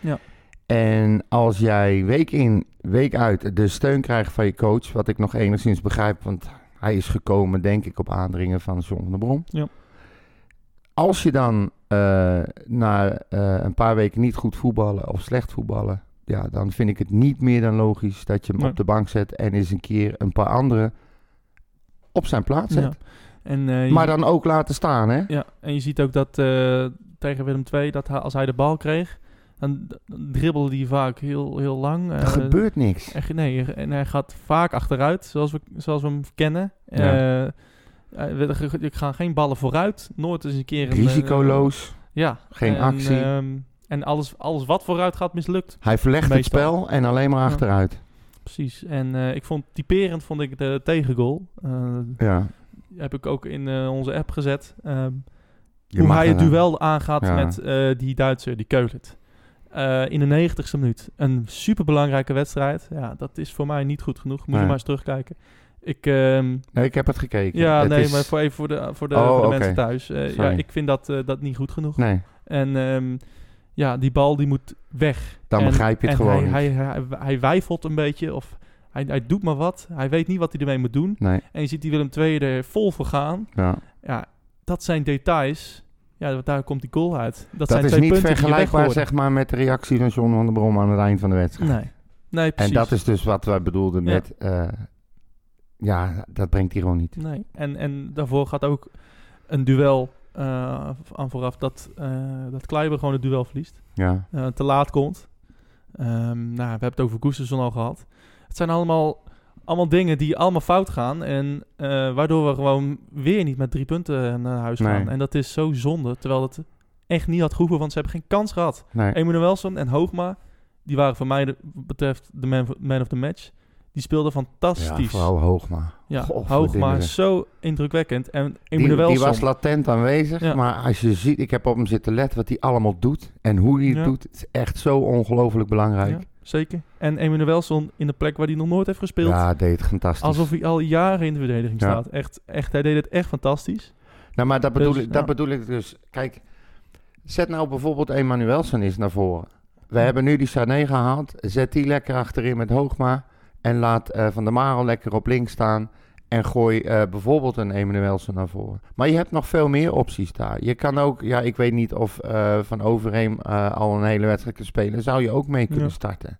[SPEAKER 2] Ja.
[SPEAKER 3] En als jij week in, week uit de steun krijgt van je coach, wat ik nog enigszins begrijp, want hij is gekomen, denk ik, op aandringen van John van der Brom.
[SPEAKER 2] Ja.
[SPEAKER 3] Als je dan eh, na eh, een paar weken niet goed voetballen of slecht voetballen, ja, dan vind ik het niet meer dan logisch dat je hem
[SPEAKER 2] Nee.
[SPEAKER 3] op de bank zet en eens een keer een paar anderen op zijn plaats zet.
[SPEAKER 2] Ja. En, eh, je,
[SPEAKER 3] Maar dan ook laten staan, hè?
[SPEAKER 2] ja, en je ziet ook dat eh, tegen Willem II, dat hij, als hij de bal kreeg... dan d- dan dribbelde hij vaak heel, heel lang.
[SPEAKER 3] Er
[SPEAKER 2] eh,
[SPEAKER 3] gebeurt niks.
[SPEAKER 2] en ge- nee, en hij gaat vaak achteruit, zoals we, zoals we hem kennen. Eh eh, we- er- er gaan geen ballen vooruit. Nooit eens een keer een... eh,
[SPEAKER 3] Risicoloos.
[SPEAKER 2] ja.
[SPEAKER 3] Geen
[SPEAKER 2] en,
[SPEAKER 3] actie.
[SPEAKER 2] ehm, en alles, alles wat vooruit gaat, mislukt.
[SPEAKER 3] Hij verlegt
[SPEAKER 2] meestal.
[SPEAKER 3] het spel en alleen maar
[SPEAKER 2] Ja.
[SPEAKER 3] achteruit.
[SPEAKER 2] Precies. En eh, ik vond typerend vond ik de tegengoal. Eh,
[SPEAKER 3] Ja.
[SPEAKER 2] heb ik ook in eh, onze app gezet. Ehm,
[SPEAKER 3] Je
[SPEAKER 2] hoe
[SPEAKER 3] mag
[SPEAKER 2] hij het
[SPEAKER 3] eraan.
[SPEAKER 2] duel aangaat
[SPEAKER 3] Ja.
[SPEAKER 2] met eh, die Duitser, die Keulert. Eh, in de 90ste minuut. Een superbelangrijke wedstrijd. Ja, dat is voor mij niet goed genoeg. Moet je
[SPEAKER 3] Nee.
[SPEAKER 2] maar eens terugkijken. Ik, ehm,
[SPEAKER 3] Nee, ik heb het gekeken.
[SPEAKER 2] ja,
[SPEAKER 3] Het
[SPEAKER 2] nee,
[SPEAKER 3] is-
[SPEAKER 2] maar voor even voor de, voor de,
[SPEAKER 3] Oh,
[SPEAKER 2] voor de
[SPEAKER 3] oké.
[SPEAKER 2] mensen thuis. Eh, ja,
[SPEAKER 3] Sorry.
[SPEAKER 2] ik vind dat, eh, dat niet goed genoeg.
[SPEAKER 3] Nee,
[SPEAKER 2] En ehm, ja, die bal die moet weg.
[SPEAKER 3] dan
[SPEAKER 2] En-
[SPEAKER 3] begrijp je het
[SPEAKER 2] en
[SPEAKER 3] gewoon niet.
[SPEAKER 2] hij, hij, hij, hij wijfelt een beetje of hij, hij doet maar wat. Hij weet niet wat hij ermee moet doen.
[SPEAKER 3] Nee,
[SPEAKER 2] En je ziet die Willem II er vol voor gaan.
[SPEAKER 3] ja.
[SPEAKER 2] Ja, dat zijn details. Ja, want daar komt die goal uit. Dat,
[SPEAKER 3] Dat
[SPEAKER 2] zijn
[SPEAKER 3] is
[SPEAKER 2] twee
[SPEAKER 3] niet
[SPEAKER 2] punten die je
[SPEAKER 3] vergelijkbaar
[SPEAKER 2] weggooit.
[SPEAKER 3] zeg maar, met de reactie van John van der Brom aan het eind van de wedstrijd.
[SPEAKER 2] Nee. Nee, Nou, precies.
[SPEAKER 3] en dat is dus wat wij bedoelden
[SPEAKER 2] Ja.
[SPEAKER 3] met... eh, ja, dat brengt hij gewoon niet.
[SPEAKER 2] Nee. En, en daarvoor gaat ook een duel eh, aan vooraf dat, eh dat Kleiber gewoon het duel verliest.
[SPEAKER 3] Ja,
[SPEAKER 2] eh, te laat komt. Ehm, nou, we hebben het over Koesterson al gehad. Het zijn allemaal, allemaal dingen die allemaal fout gaan. En eh, waardoor we gewoon weer niet met drie punten naar huis
[SPEAKER 3] Nee.
[SPEAKER 2] gaan. En dat is zo zonde. Terwijl het echt niet had gehoeven, want ze hebben geen kans gehad.
[SPEAKER 3] nee.
[SPEAKER 2] Emanuelson en Hoogma, die waren voor mij de- betreft de man, man of the match. Die speelden
[SPEAKER 3] Ja,
[SPEAKER 2] fantastisch. Ja,
[SPEAKER 3] vooral Hoogma. Godverdimme
[SPEAKER 2] Hoogma
[SPEAKER 3] zeg.
[SPEAKER 2] is zo indrukwekkend. En
[SPEAKER 3] Die, die
[SPEAKER 2] Emanuelson,
[SPEAKER 3] was latent aanwezig,
[SPEAKER 2] Ja.
[SPEAKER 3] maar als je ziet, ik heb op hem zitten letten wat hij allemaal doet en hoe hij het
[SPEAKER 2] Ja.
[SPEAKER 3] doet. Het is echt zo ongelooflijk
[SPEAKER 2] ja,
[SPEAKER 3] belangrijk.
[SPEAKER 2] zeker. En Emanuelson in de plek waar hij nog nooit heeft
[SPEAKER 3] Ja,
[SPEAKER 2] gespeeld.
[SPEAKER 3] deed het fantastisch.
[SPEAKER 2] Alsof hij al jaren in de verdediging
[SPEAKER 3] Ja.
[SPEAKER 2] staat. Echt, echt, hij deed het echt fantastisch.
[SPEAKER 3] Nou, maar dat bedoel,
[SPEAKER 2] Dus,
[SPEAKER 3] ik, dat
[SPEAKER 2] ja.
[SPEAKER 3] bedoel ik dus. Kijk, zet nou bijvoorbeeld Emanuelsen eens naar voren. We
[SPEAKER 2] Hm.
[SPEAKER 3] hebben nu die Sané gehaald. Zet die lekker achterin met Hoogma. En laat eh, Van der Marel lekker op links staan. En gooi eh, bijvoorbeeld een Emanuelsen naar voren. Maar je hebt nog veel meer opties daar. Je kan ook, ja, ik weet niet of eh, Van Overheem eh, al een hele wedstrijd kan spelen. Zou je ook mee kunnen
[SPEAKER 2] Ja.
[SPEAKER 3] starten.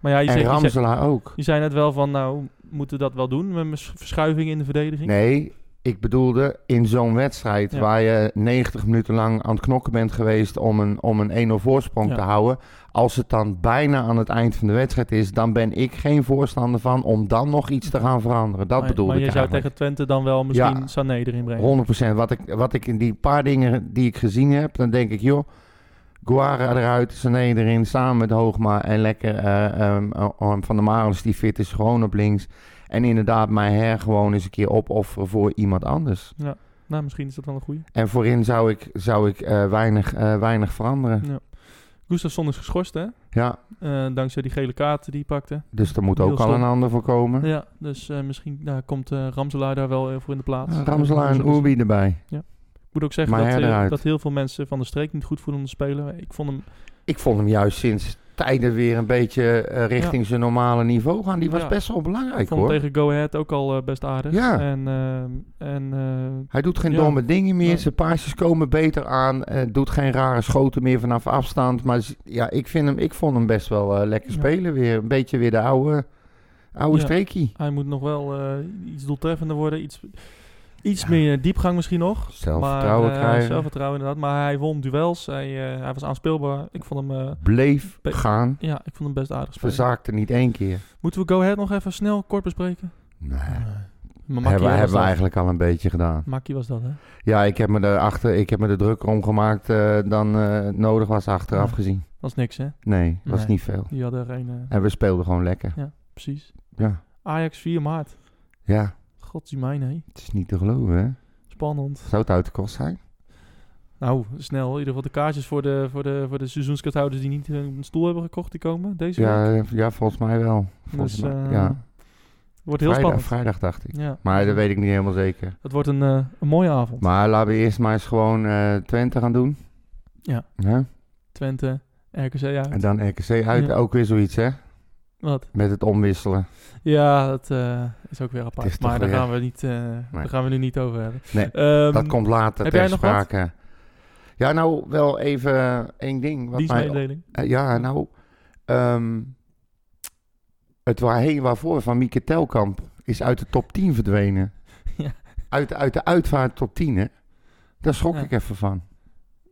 [SPEAKER 2] Maar ja, je,
[SPEAKER 3] En
[SPEAKER 2] zegt, je, zegt,
[SPEAKER 3] Ramselaar ook.
[SPEAKER 2] je zei net wel van, nou, moeten we dat wel doen? Met mijn s- verschuiving in de verdediging?
[SPEAKER 3] Nee, ik bedoelde in zo'n wedstrijd
[SPEAKER 2] Ja.
[SPEAKER 3] waar je 90 minuten lang aan het knokken bent geweest om een, om een 1-0 voorsprong
[SPEAKER 2] Ja.
[SPEAKER 3] te houden. Als het dan bijna aan het eind van de wedstrijd is, dan ben ik geen voorstander van om dan nog iets te gaan veranderen. Dat
[SPEAKER 2] maar,
[SPEAKER 3] bedoelde
[SPEAKER 2] Maar
[SPEAKER 3] ik
[SPEAKER 2] je zou
[SPEAKER 3] eigenlijk.
[SPEAKER 2] tegen Twente dan wel misschien
[SPEAKER 3] Ja.
[SPEAKER 2] Sané erin brengen.
[SPEAKER 3] 100%. Wat ik, wat ik in die paar dingen die ik gezien heb, dan denk ik, joh, Guara eruit, Sané erin, samen met Hoogma en lekker eh, ehm, ehm, Van der Marels die fit is, gewoon op links. En inderdaad, mijn her gewoon eens een keer opofferen voor iemand anders.
[SPEAKER 2] Nou, misschien is dat wel een goeie.
[SPEAKER 3] En voorin zou ik, zou ik eh, weinig, eh, weinig veranderen.
[SPEAKER 2] Gustafsson is geschorst, hè?
[SPEAKER 3] Ja,
[SPEAKER 2] Eh, dankzij die gele kaarten die hij pakte.
[SPEAKER 3] dus er moet
[SPEAKER 2] Heel
[SPEAKER 3] ook al
[SPEAKER 2] stom.
[SPEAKER 3] een ander voor komen.
[SPEAKER 2] Ja, dus eh, misschien nou, komt eh, Ramselaar daar wel eh, voor in de plaats.
[SPEAKER 3] Ah, Ramselaar en
[SPEAKER 2] Gustafsson.
[SPEAKER 3] Oerbi erbij.
[SPEAKER 2] Ik moet ook zeggen
[SPEAKER 3] Maar
[SPEAKER 2] dat,
[SPEAKER 3] hij
[SPEAKER 2] eh,
[SPEAKER 3] eruit.
[SPEAKER 2] dat heel veel mensen van de streek niet goed voelen om te spelen. Ik vond hem
[SPEAKER 3] Ik vond hem juist sinds tijden weer een beetje eh, richting zijn normale niveau gaan. Die was
[SPEAKER 2] Ja.
[SPEAKER 3] best wel belangrijk
[SPEAKER 2] ik vond hem
[SPEAKER 3] hoor.
[SPEAKER 2] tegen Go Ahead ook al eh, best aardig.
[SPEAKER 3] Ja.
[SPEAKER 2] En, ehm, en eh,
[SPEAKER 3] Hij doet geen
[SPEAKER 2] Ja.
[SPEAKER 3] domme dingen meer.
[SPEAKER 2] Nee.
[SPEAKER 3] Zijn paasjes komen beter aan. eh, doet geen rare schoten meer vanaf afstand. Maar z- ja, ik, vind hem, ik vond hem best wel eh, lekker
[SPEAKER 2] Ja.
[SPEAKER 3] spelen weer. Een beetje weer de oude, oude
[SPEAKER 2] Ja.
[SPEAKER 3] streekie.
[SPEAKER 2] Hij moet nog wel eh, iets doeltreffender worden. Iets, iets meer diepgang misschien nog.
[SPEAKER 3] Zelfvertrouwen
[SPEAKER 2] maar, eh,
[SPEAKER 3] krijgen.
[SPEAKER 2] Zelfvertrouwen inderdaad. Maar hij won duels. Hij, eh, hij was aanspeelbaar. Ik vond hem, eh,
[SPEAKER 3] Bleef
[SPEAKER 2] Be-
[SPEAKER 3] gaan.
[SPEAKER 2] ja, ik vond hem best aardig spelen.
[SPEAKER 3] Verzaakte niet één keer.
[SPEAKER 2] Moeten we Go Ahead nog even snel kort bespreken?
[SPEAKER 3] Nee.
[SPEAKER 2] Maar Makkie
[SPEAKER 3] Eh,
[SPEAKER 2] was
[SPEAKER 3] Hebben, hebben we
[SPEAKER 2] dat.
[SPEAKER 3] eigenlijk al een beetje gedaan.
[SPEAKER 2] Makkie was dat, hè?
[SPEAKER 3] Ja, ik heb me, erachter, ik heb me er drukker om gemaakt eh, dan eh, nodig was achteraf
[SPEAKER 2] Ja.
[SPEAKER 3] gezien.
[SPEAKER 2] Dat is niks, hè?
[SPEAKER 3] Nee, was
[SPEAKER 2] Nee.
[SPEAKER 3] niet veel.
[SPEAKER 2] Die hadden er een... eh,
[SPEAKER 3] En we speelden gewoon lekker.
[SPEAKER 2] precies.
[SPEAKER 3] Ja,
[SPEAKER 2] Ajax 4 maart.
[SPEAKER 3] ja
[SPEAKER 2] Godzie mijn, hé.
[SPEAKER 3] het is niet te geloven, hè?
[SPEAKER 2] Spannend.
[SPEAKER 3] Zou het uit de kost zijn?
[SPEAKER 2] Nou, snel. In ieder geval de kaartjes voor de, voor de, voor de seizoenskathouders die niet eh, een stoel hebben gekocht, die komen deze week.
[SPEAKER 3] Ja, eh, ja volgens mij wel. Volgens
[SPEAKER 2] Dus,
[SPEAKER 3] mij-
[SPEAKER 2] eh,
[SPEAKER 3] ja.
[SPEAKER 2] Wordt heel
[SPEAKER 3] Vrijdag,
[SPEAKER 2] spannend.
[SPEAKER 3] vrijdag dacht ik.
[SPEAKER 2] Ja.
[SPEAKER 3] Maar dat weet ik niet helemaal zeker.
[SPEAKER 2] Het wordt een, eh, een mooie avond.
[SPEAKER 3] Maar laten we eerst maar eens gewoon eh, Twente gaan doen.
[SPEAKER 2] Ja. Twente, RKC
[SPEAKER 3] En
[SPEAKER 2] uit.
[SPEAKER 3] dan RKC uit.
[SPEAKER 2] Ja.
[SPEAKER 3] Ook weer zoiets, hè?
[SPEAKER 2] Wat?
[SPEAKER 3] Met het omwisselen.
[SPEAKER 2] Ja, dat eh, is ook weer apart.
[SPEAKER 3] is toch
[SPEAKER 2] maar daar
[SPEAKER 3] weer-
[SPEAKER 2] gaan, we niet, eh, daar gaan we nu niet over hebben.
[SPEAKER 3] Nee,
[SPEAKER 2] Ehm,
[SPEAKER 3] Dat komt later
[SPEAKER 2] heb
[SPEAKER 3] ter
[SPEAKER 2] jij nog wat?
[SPEAKER 3] sprake. Ja, nou wel even eh, één ding. Wat mij,
[SPEAKER 2] Dienstmededeling.
[SPEAKER 3] Eh, ja, nou. ehm, het waarheen waarvoor van Mieke Telkamp is uit de top 10 verdwenen.
[SPEAKER 2] Ja.
[SPEAKER 3] Uit, uit de uitvaart top 10, hè? Daar schrok
[SPEAKER 2] Ja.
[SPEAKER 3] ik even van.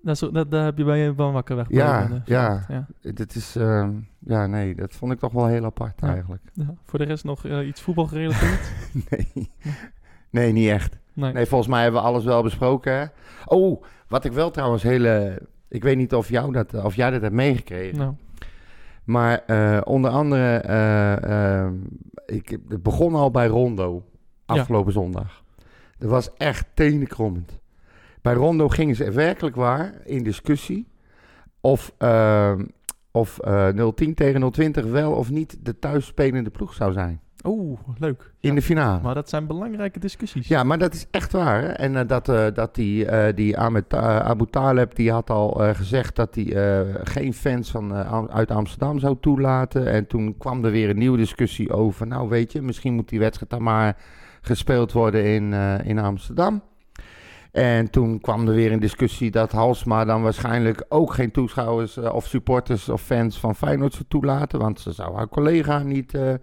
[SPEAKER 2] Dat, is- dat, daar heb je bij je banwakker weg.
[SPEAKER 3] Ja,
[SPEAKER 2] bij, eh,
[SPEAKER 3] ja.
[SPEAKER 2] gehad, ja.
[SPEAKER 3] Dit is, ehm, ja, nee, dat vond ik toch wel heel apart
[SPEAKER 2] Ja.
[SPEAKER 3] eigenlijk.
[SPEAKER 2] Ja. Voor de rest nog eh, iets voetbalgerelateerd?
[SPEAKER 3] Nee. nee, niet echt.
[SPEAKER 2] Nee.
[SPEAKER 3] Nee, volgens mij hebben we alles wel besproken. Hè? Oh, wat ik wel trouwens hele. Ik weet niet of, jou dat, of jij dat hebt meegekregen.
[SPEAKER 2] Nou,
[SPEAKER 3] Maar eh, onder andere, eh, ehm, ik, het begon al bij Rondo afgelopen zondag. Dat was echt tenenkrommend. Bij Rondo gingen ze werkelijk waar in discussie of, ehm, of eh 010 tegen 020 wel of niet de thuisspelende ploeg zou zijn
[SPEAKER 2] oeh, leuk.
[SPEAKER 3] in
[SPEAKER 2] Ja.
[SPEAKER 3] de finale.
[SPEAKER 2] Maar dat zijn belangrijke discussies.
[SPEAKER 3] Ja, maar dat is echt waar. Hè? En eh, dat, eh, dat die, eh, die Ahmed, Ta- Abu Taleb, die had al eh, gezegd dat hij eh, geen fans van, eh, Am- uit Amsterdam zou toelaten. En toen kwam er weer een nieuwe discussie over. Nou weet je, misschien moet die wedstrijd dan maar gespeeld worden in, eh, in Amsterdam. En toen kwam er weer een discussie dat Halsma dan waarschijnlijk ook geen toeschouwers eh, of supporters of fans van Feyenoord zou toelaten. Want ze zou haar collega niet eh,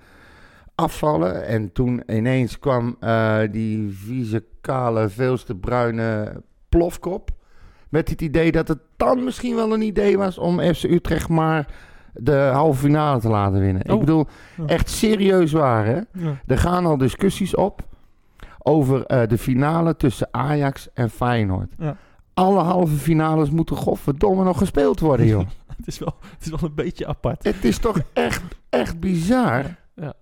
[SPEAKER 3] afvallen. En toen ineens kwam eh, die vieze, kale, veelste bruine plofkop. Met het idee dat het dan misschien wel een idee was om FC Utrecht maar de halve finale te laten winnen. Ik
[SPEAKER 2] Oh.
[SPEAKER 3] bedoel,
[SPEAKER 2] Ja.
[SPEAKER 3] echt serieus waar hè?
[SPEAKER 2] Ja.
[SPEAKER 3] Er gaan al discussies op over eh, de finale tussen Ajax en Feyenoord.
[SPEAKER 2] Ja.
[SPEAKER 3] Alle halve finales moeten godverdomme nog gespeeld worden, joh.
[SPEAKER 2] Het, is wel, het is wel een beetje apart.
[SPEAKER 3] het is toch echt, echt bizar?
[SPEAKER 2] Ja.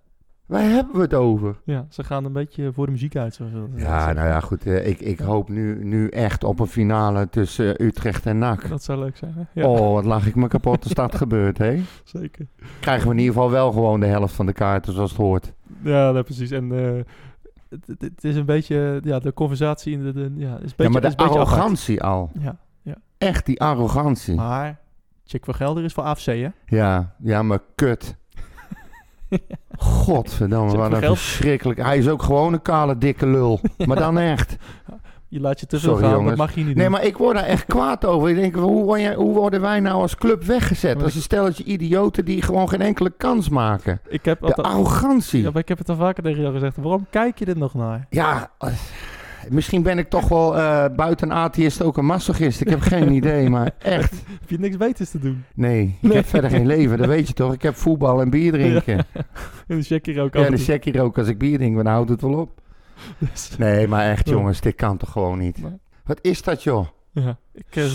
[SPEAKER 3] Waar hebben we het over?
[SPEAKER 2] Ja, ze gaan een beetje voor de muziek uit. Zoals we dat
[SPEAKER 3] Ja,
[SPEAKER 2] zeggen.
[SPEAKER 3] nou ja, goed. eh, ik, ik hoop nu, nu echt op een finale tussen eh, Utrecht en NAC.
[SPEAKER 2] Dat zou leuk zijn. Hè? Ja,
[SPEAKER 3] Oh, wat lag ik me kapot als dat gebeurt, hè?
[SPEAKER 2] zeker.
[SPEAKER 3] Krijgen we in ieder geval wel gewoon de helft van de kaarten zoals het hoort.
[SPEAKER 2] Ja, dat precies. En eh, het, het- het is een beetje, ja, de conversatie in de, de- ja, is een beetje,
[SPEAKER 3] ja, maar
[SPEAKER 2] is
[SPEAKER 3] de
[SPEAKER 2] een beetje apart. Ah.
[SPEAKER 3] arrogantie al.
[SPEAKER 2] Ja,
[SPEAKER 3] Echt die arrogantie.
[SPEAKER 2] maar Chick van Gelder is voor AFC, hè?
[SPEAKER 3] Ja, ja, maar kut.
[SPEAKER 2] Is
[SPEAKER 3] Godverdamme,
[SPEAKER 2] het
[SPEAKER 3] wat
[SPEAKER 2] voor
[SPEAKER 3] een
[SPEAKER 2] geld?
[SPEAKER 3] verschrikkelijk. Hij is ook gewoon een kale, dikke lul. Maar dan echt.
[SPEAKER 2] Je laat je te veel
[SPEAKER 3] Sorry,
[SPEAKER 2] gaan,
[SPEAKER 3] jongens.
[SPEAKER 2] dat mag je niet
[SPEAKER 3] Nee,
[SPEAKER 2] doen.
[SPEAKER 3] maar ik word daar echt kwaad over. Ik denk, hoe, word jij- hoe worden wij nou als club weggezet?
[SPEAKER 2] Maar
[SPEAKER 3] Als een stelletje idioten die gewoon geen enkele kans maken.
[SPEAKER 2] ik heb
[SPEAKER 3] De
[SPEAKER 2] altijd, ja,
[SPEAKER 3] arrogantie.
[SPEAKER 2] maar ik heb het al vaker tegen jou gezegd. Waarom kijk je er nog naar?
[SPEAKER 3] Ja, eh, misschien ben ik toch wel eh, buiten atheïst ook een massagist. Ik heb geen idee, maar echt.
[SPEAKER 2] Heb je niks beters te doen?
[SPEAKER 3] Nee, ik
[SPEAKER 2] Nee.
[SPEAKER 3] heb verder geen leven, dat weet je toch? Ik heb voetbal en bier drinken.
[SPEAKER 2] En dan check je ook
[SPEAKER 3] Ja,
[SPEAKER 2] af en
[SPEAKER 3] de
[SPEAKER 2] toe.
[SPEAKER 3] check hier ook als ik bier drink, maar dan houdt het wel op.
[SPEAKER 2] Dus-
[SPEAKER 3] Nee, maar echt
[SPEAKER 2] Ja.
[SPEAKER 3] jongens, dit kan toch gewoon niet?
[SPEAKER 2] Nee.
[SPEAKER 3] Wat is dat joh?
[SPEAKER 2] Ja, ik... eh,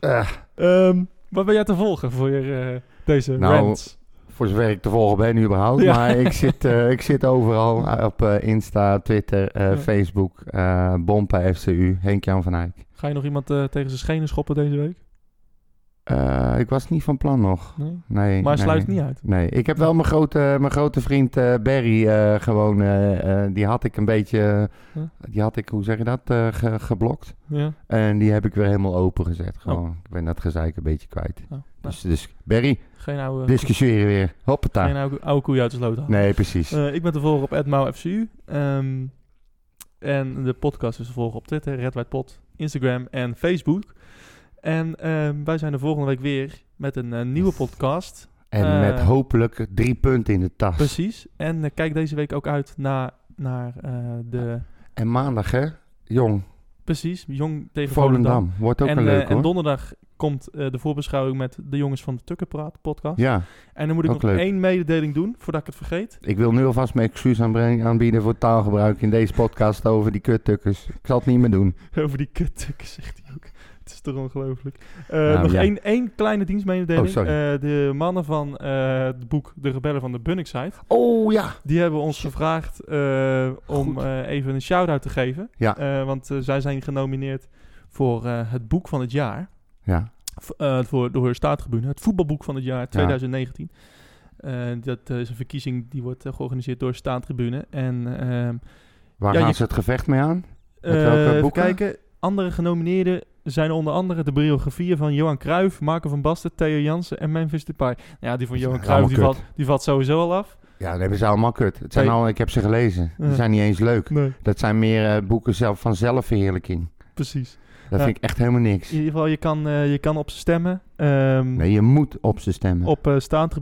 [SPEAKER 3] Eh,
[SPEAKER 2] ehm, wat ben jij te volgen voor je, eh, deze
[SPEAKER 3] Nou,
[SPEAKER 2] rants?
[SPEAKER 3] voor zover ik te volgen ben überhaupt.
[SPEAKER 2] Ja.
[SPEAKER 3] Maar ik zit, eh, ik zit overal eh, op eh, Insta, Twitter, eh,
[SPEAKER 2] Ja.
[SPEAKER 3] Facebook, eh Bompa FCU, Henk-Jan van Eyck.
[SPEAKER 2] Ga je nog iemand eh, tegen zijn schenen schoppen deze week?
[SPEAKER 3] Eh, ik was niet van plan nog.
[SPEAKER 2] Nee?
[SPEAKER 3] Nee,
[SPEAKER 2] Maar
[SPEAKER 3] nee.
[SPEAKER 2] sluit het niet uit.
[SPEAKER 3] Nee, ik heb wel mijn grote, mijn grote vriend eh, Barry eh, gewoon, eh, eh, die had ik een beetje, eh, die had ik, hoe zeg je dat, eh, ge- geblokt.
[SPEAKER 2] Ja?
[SPEAKER 3] En die heb ik weer helemaal open gezet.
[SPEAKER 2] Oh.
[SPEAKER 3] Gewoon, ik ben dat gezeik een beetje kwijt.
[SPEAKER 2] Nou, nou,
[SPEAKER 3] Dus, dus Barry,
[SPEAKER 2] geen oude...
[SPEAKER 3] discussiëren weer.
[SPEAKER 2] Geen
[SPEAKER 3] Hoppata.
[SPEAKER 2] oude, oude koeien uit de sloot halen.
[SPEAKER 3] Nee, precies.
[SPEAKER 2] Eh, ik ben te volgen op @mauFCU. Ehm, en de podcast is te volgen op Twitter, Red White Pod, Instagram en Facebook. En ehm, wij zijn de volgende week weer met een eh, nieuwe podcast.
[SPEAKER 3] En met
[SPEAKER 2] eh,
[SPEAKER 3] hopelijk drie punten in de tas.
[SPEAKER 2] Precies. En eh, kijk deze week ook uit naar, naar eh, de...
[SPEAKER 3] En maandag, hè? Jong,
[SPEAKER 2] Precies, Jong tegen
[SPEAKER 3] Volendam.
[SPEAKER 2] Volendam.
[SPEAKER 3] Wordt ook
[SPEAKER 2] En,
[SPEAKER 3] een
[SPEAKER 2] eh,
[SPEAKER 3] leuk
[SPEAKER 2] en
[SPEAKER 3] hoor.
[SPEAKER 2] donderdag komt eh, de voorbeschouwing met de jongens van de Tukkenpraat podcast.
[SPEAKER 3] ja,
[SPEAKER 2] En dan moet ik
[SPEAKER 3] ook
[SPEAKER 2] nog
[SPEAKER 3] leuk.
[SPEAKER 2] één mededeling doen, voordat ik het vergeet.
[SPEAKER 3] ik wil nu alvast mijn excuus aanbrengen- aanbieden voor taalgebruik in deze podcast over die kuttukkers. Ik zal het niet meer doen.
[SPEAKER 2] Over die kuttukken, zegt hij ook. Het is toch ongelooflijk. Eh,
[SPEAKER 3] Nou,
[SPEAKER 2] nog
[SPEAKER 3] ja.
[SPEAKER 2] één, één kleine dienstmededeling.
[SPEAKER 3] Oh, sorry.
[SPEAKER 2] Eh, de mannen van eh, het boek De Rebellen van de Bunnickside...
[SPEAKER 3] Oh ja!
[SPEAKER 2] die hebben ons gevraagd eh, om
[SPEAKER 3] Goed.
[SPEAKER 2] eh, even een shout-out te geven.
[SPEAKER 3] Ja.
[SPEAKER 2] Eh, want eh, zij zijn genomineerd voor eh, het boek van het jaar.
[SPEAKER 3] Ja,
[SPEAKER 2] V- eh, voor, door de Staattribune. Het voetbalboek van het jaar 2019. Eh, dat eh, is een verkiezing die wordt eh, georganiseerd door de Staattribune. En... ehm,
[SPEAKER 3] waar
[SPEAKER 2] Ja,
[SPEAKER 3] gaan
[SPEAKER 2] je-
[SPEAKER 3] ze het gevecht mee aan? Met
[SPEAKER 2] eh,
[SPEAKER 3] welke
[SPEAKER 2] even
[SPEAKER 3] boeken?
[SPEAKER 2] kijken. Andere genomineerden zijn onder andere de biografieën van Johan Cruijff, Marco van Basten, Theo Jansen en Memphis Depay. Nou Ja, die van
[SPEAKER 3] Ja,
[SPEAKER 2] Johan
[SPEAKER 3] allemaal
[SPEAKER 2] Cruijff die
[SPEAKER 3] kut.
[SPEAKER 2] valt, die valt sowieso al af.
[SPEAKER 3] Ja, dat hebben ze allemaal kut. Het zijn
[SPEAKER 2] Nee.
[SPEAKER 3] al, ik heb ze gelezen. Die
[SPEAKER 2] Ja.
[SPEAKER 3] zijn niet eens leuk.
[SPEAKER 2] Nee,
[SPEAKER 3] Dat zijn meer eh, boeken zelf van zelfverheerlijking.
[SPEAKER 2] precies.
[SPEAKER 3] Dat
[SPEAKER 2] Ja.
[SPEAKER 3] vind ik echt helemaal
[SPEAKER 2] In
[SPEAKER 3] niks.
[SPEAKER 2] ieder geval, je kan, eh, je kan op ze stemmen. Ehm,
[SPEAKER 3] Nee, je moet op ze stemmen.
[SPEAKER 2] Op eh,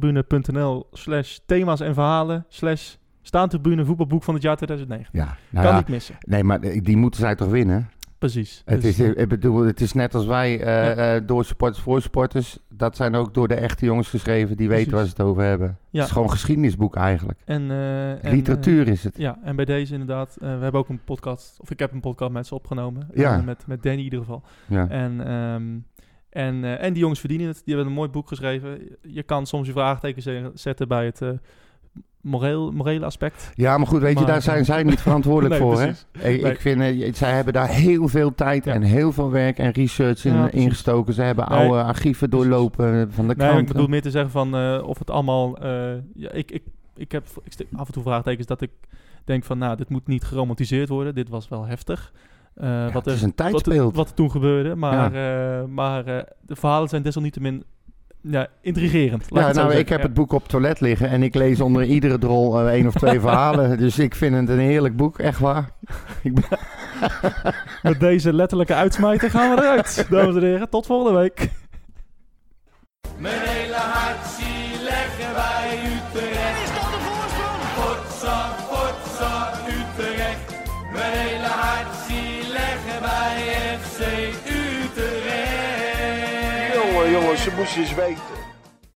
[SPEAKER 2] staantribune.nl slash thema's en verhalen slash staantribune voetbalboek van het jaar 2009.
[SPEAKER 3] Ja, nou
[SPEAKER 2] kan
[SPEAKER 3] ja.
[SPEAKER 2] niet missen.
[SPEAKER 3] Nee, maar die die moeten zij toch winnen?
[SPEAKER 2] precies.
[SPEAKER 3] Het
[SPEAKER 2] Dus,
[SPEAKER 3] is, ik bedoel, het is net als wij, eh, eh, door supporters voor supporters. Dat zijn ook door de echte jongens geschreven, die weten waar ze
[SPEAKER 2] Precies.
[SPEAKER 3] het over hebben.
[SPEAKER 2] Ja.
[SPEAKER 3] Het is gewoon geschiedenisboek eigenlijk.
[SPEAKER 2] en, eh, en, eh,
[SPEAKER 3] Literatuur is het.
[SPEAKER 2] ja, en bij deze inderdaad. eh, we hebben ook een podcast, of ik heb een podcast met ze opgenomen.
[SPEAKER 3] Ja.
[SPEAKER 2] Eh, met, met Danny in ieder geval.
[SPEAKER 3] Ja.
[SPEAKER 2] En, ehm, en, eh, en die jongens verdienen het. Die hebben een mooi boek geschreven. Je kan soms je vraagtekens ze- zetten bij het eh, moreel, morele aspect.
[SPEAKER 3] Ja, maar goed, weet je,
[SPEAKER 2] Maar,
[SPEAKER 3] daar zijn
[SPEAKER 2] eh,
[SPEAKER 3] zij niet verantwoordelijk
[SPEAKER 2] Nee,
[SPEAKER 3] voor,
[SPEAKER 2] precies.
[SPEAKER 3] hè? Ik,
[SPEAKER 2] Nee.
[SPEAKER 3] ik vind, eh, zij hebben daar heel veel tijd
[SPEAKER 2] Ja.
[SPEAKER 3] en heel veel werk en research in, eh,
[SPEAKER 2] Ja, precies.
[SPEAKER 3] ingestoken. Ze hebben
[SPEAKER 2] Nee.
[SPEAKER 3] oude archieven doorlopen eh, van de
[SPEAKER 2] Nee,
[SPEAKER 3] kranten.
[SPEAKER 2] maar ik bedoel meer te zeggen van eh, of het allemaal... eh, ja, ik, ik, ik heb ik steek af en toe vraagtekens dat ik denk van... Nou, dit moet niet geromantiseerd worden. Dit was wel heftig. Eh,
[SPEAKER 3] Ja,
[SPEAKER 2] wat
[SPEAKER 3] het
[SPEAKER 2] er
[SPEAKER 3] is een
[SPEAKER 2] wat, er-
[SPEAKER 3] tijdsbeeld.
[SPEAKER 2] wat er toen gebeurde. Maar, eh, maar eh, de verhalen zijn desalniettemin ja, intrigerend. laat
[SPEAKER 3] ja,
[SPEAKER 2] het zo
[SPEAKER 3] nou, ik
[SPEAKER 2] zeggen.
[SPEAKER 3] heb
[SPEAKER 2] Ja.
[SPEAKER 3] het boek op het toilet liggen en ik lees onder iedere drol eh, één of twee verhalen. Dus ik vind het een heerlijk boek, echt waar. Ik ben-
[SPEAKER 2] Met deze letterlijke uitsmijter gaan we eruit. Dames en heren, tot volgende week.
[SPEAKER 10] Mijn hele hart zie leggen wij Utrecht. Is dat de voorsprong? Potsa, potsa, Utrecht. Mijn hele hart zie leggen wij FC Utrecht.
[SPEAKER 11] Jongen, jongens, ze moesten eens weten.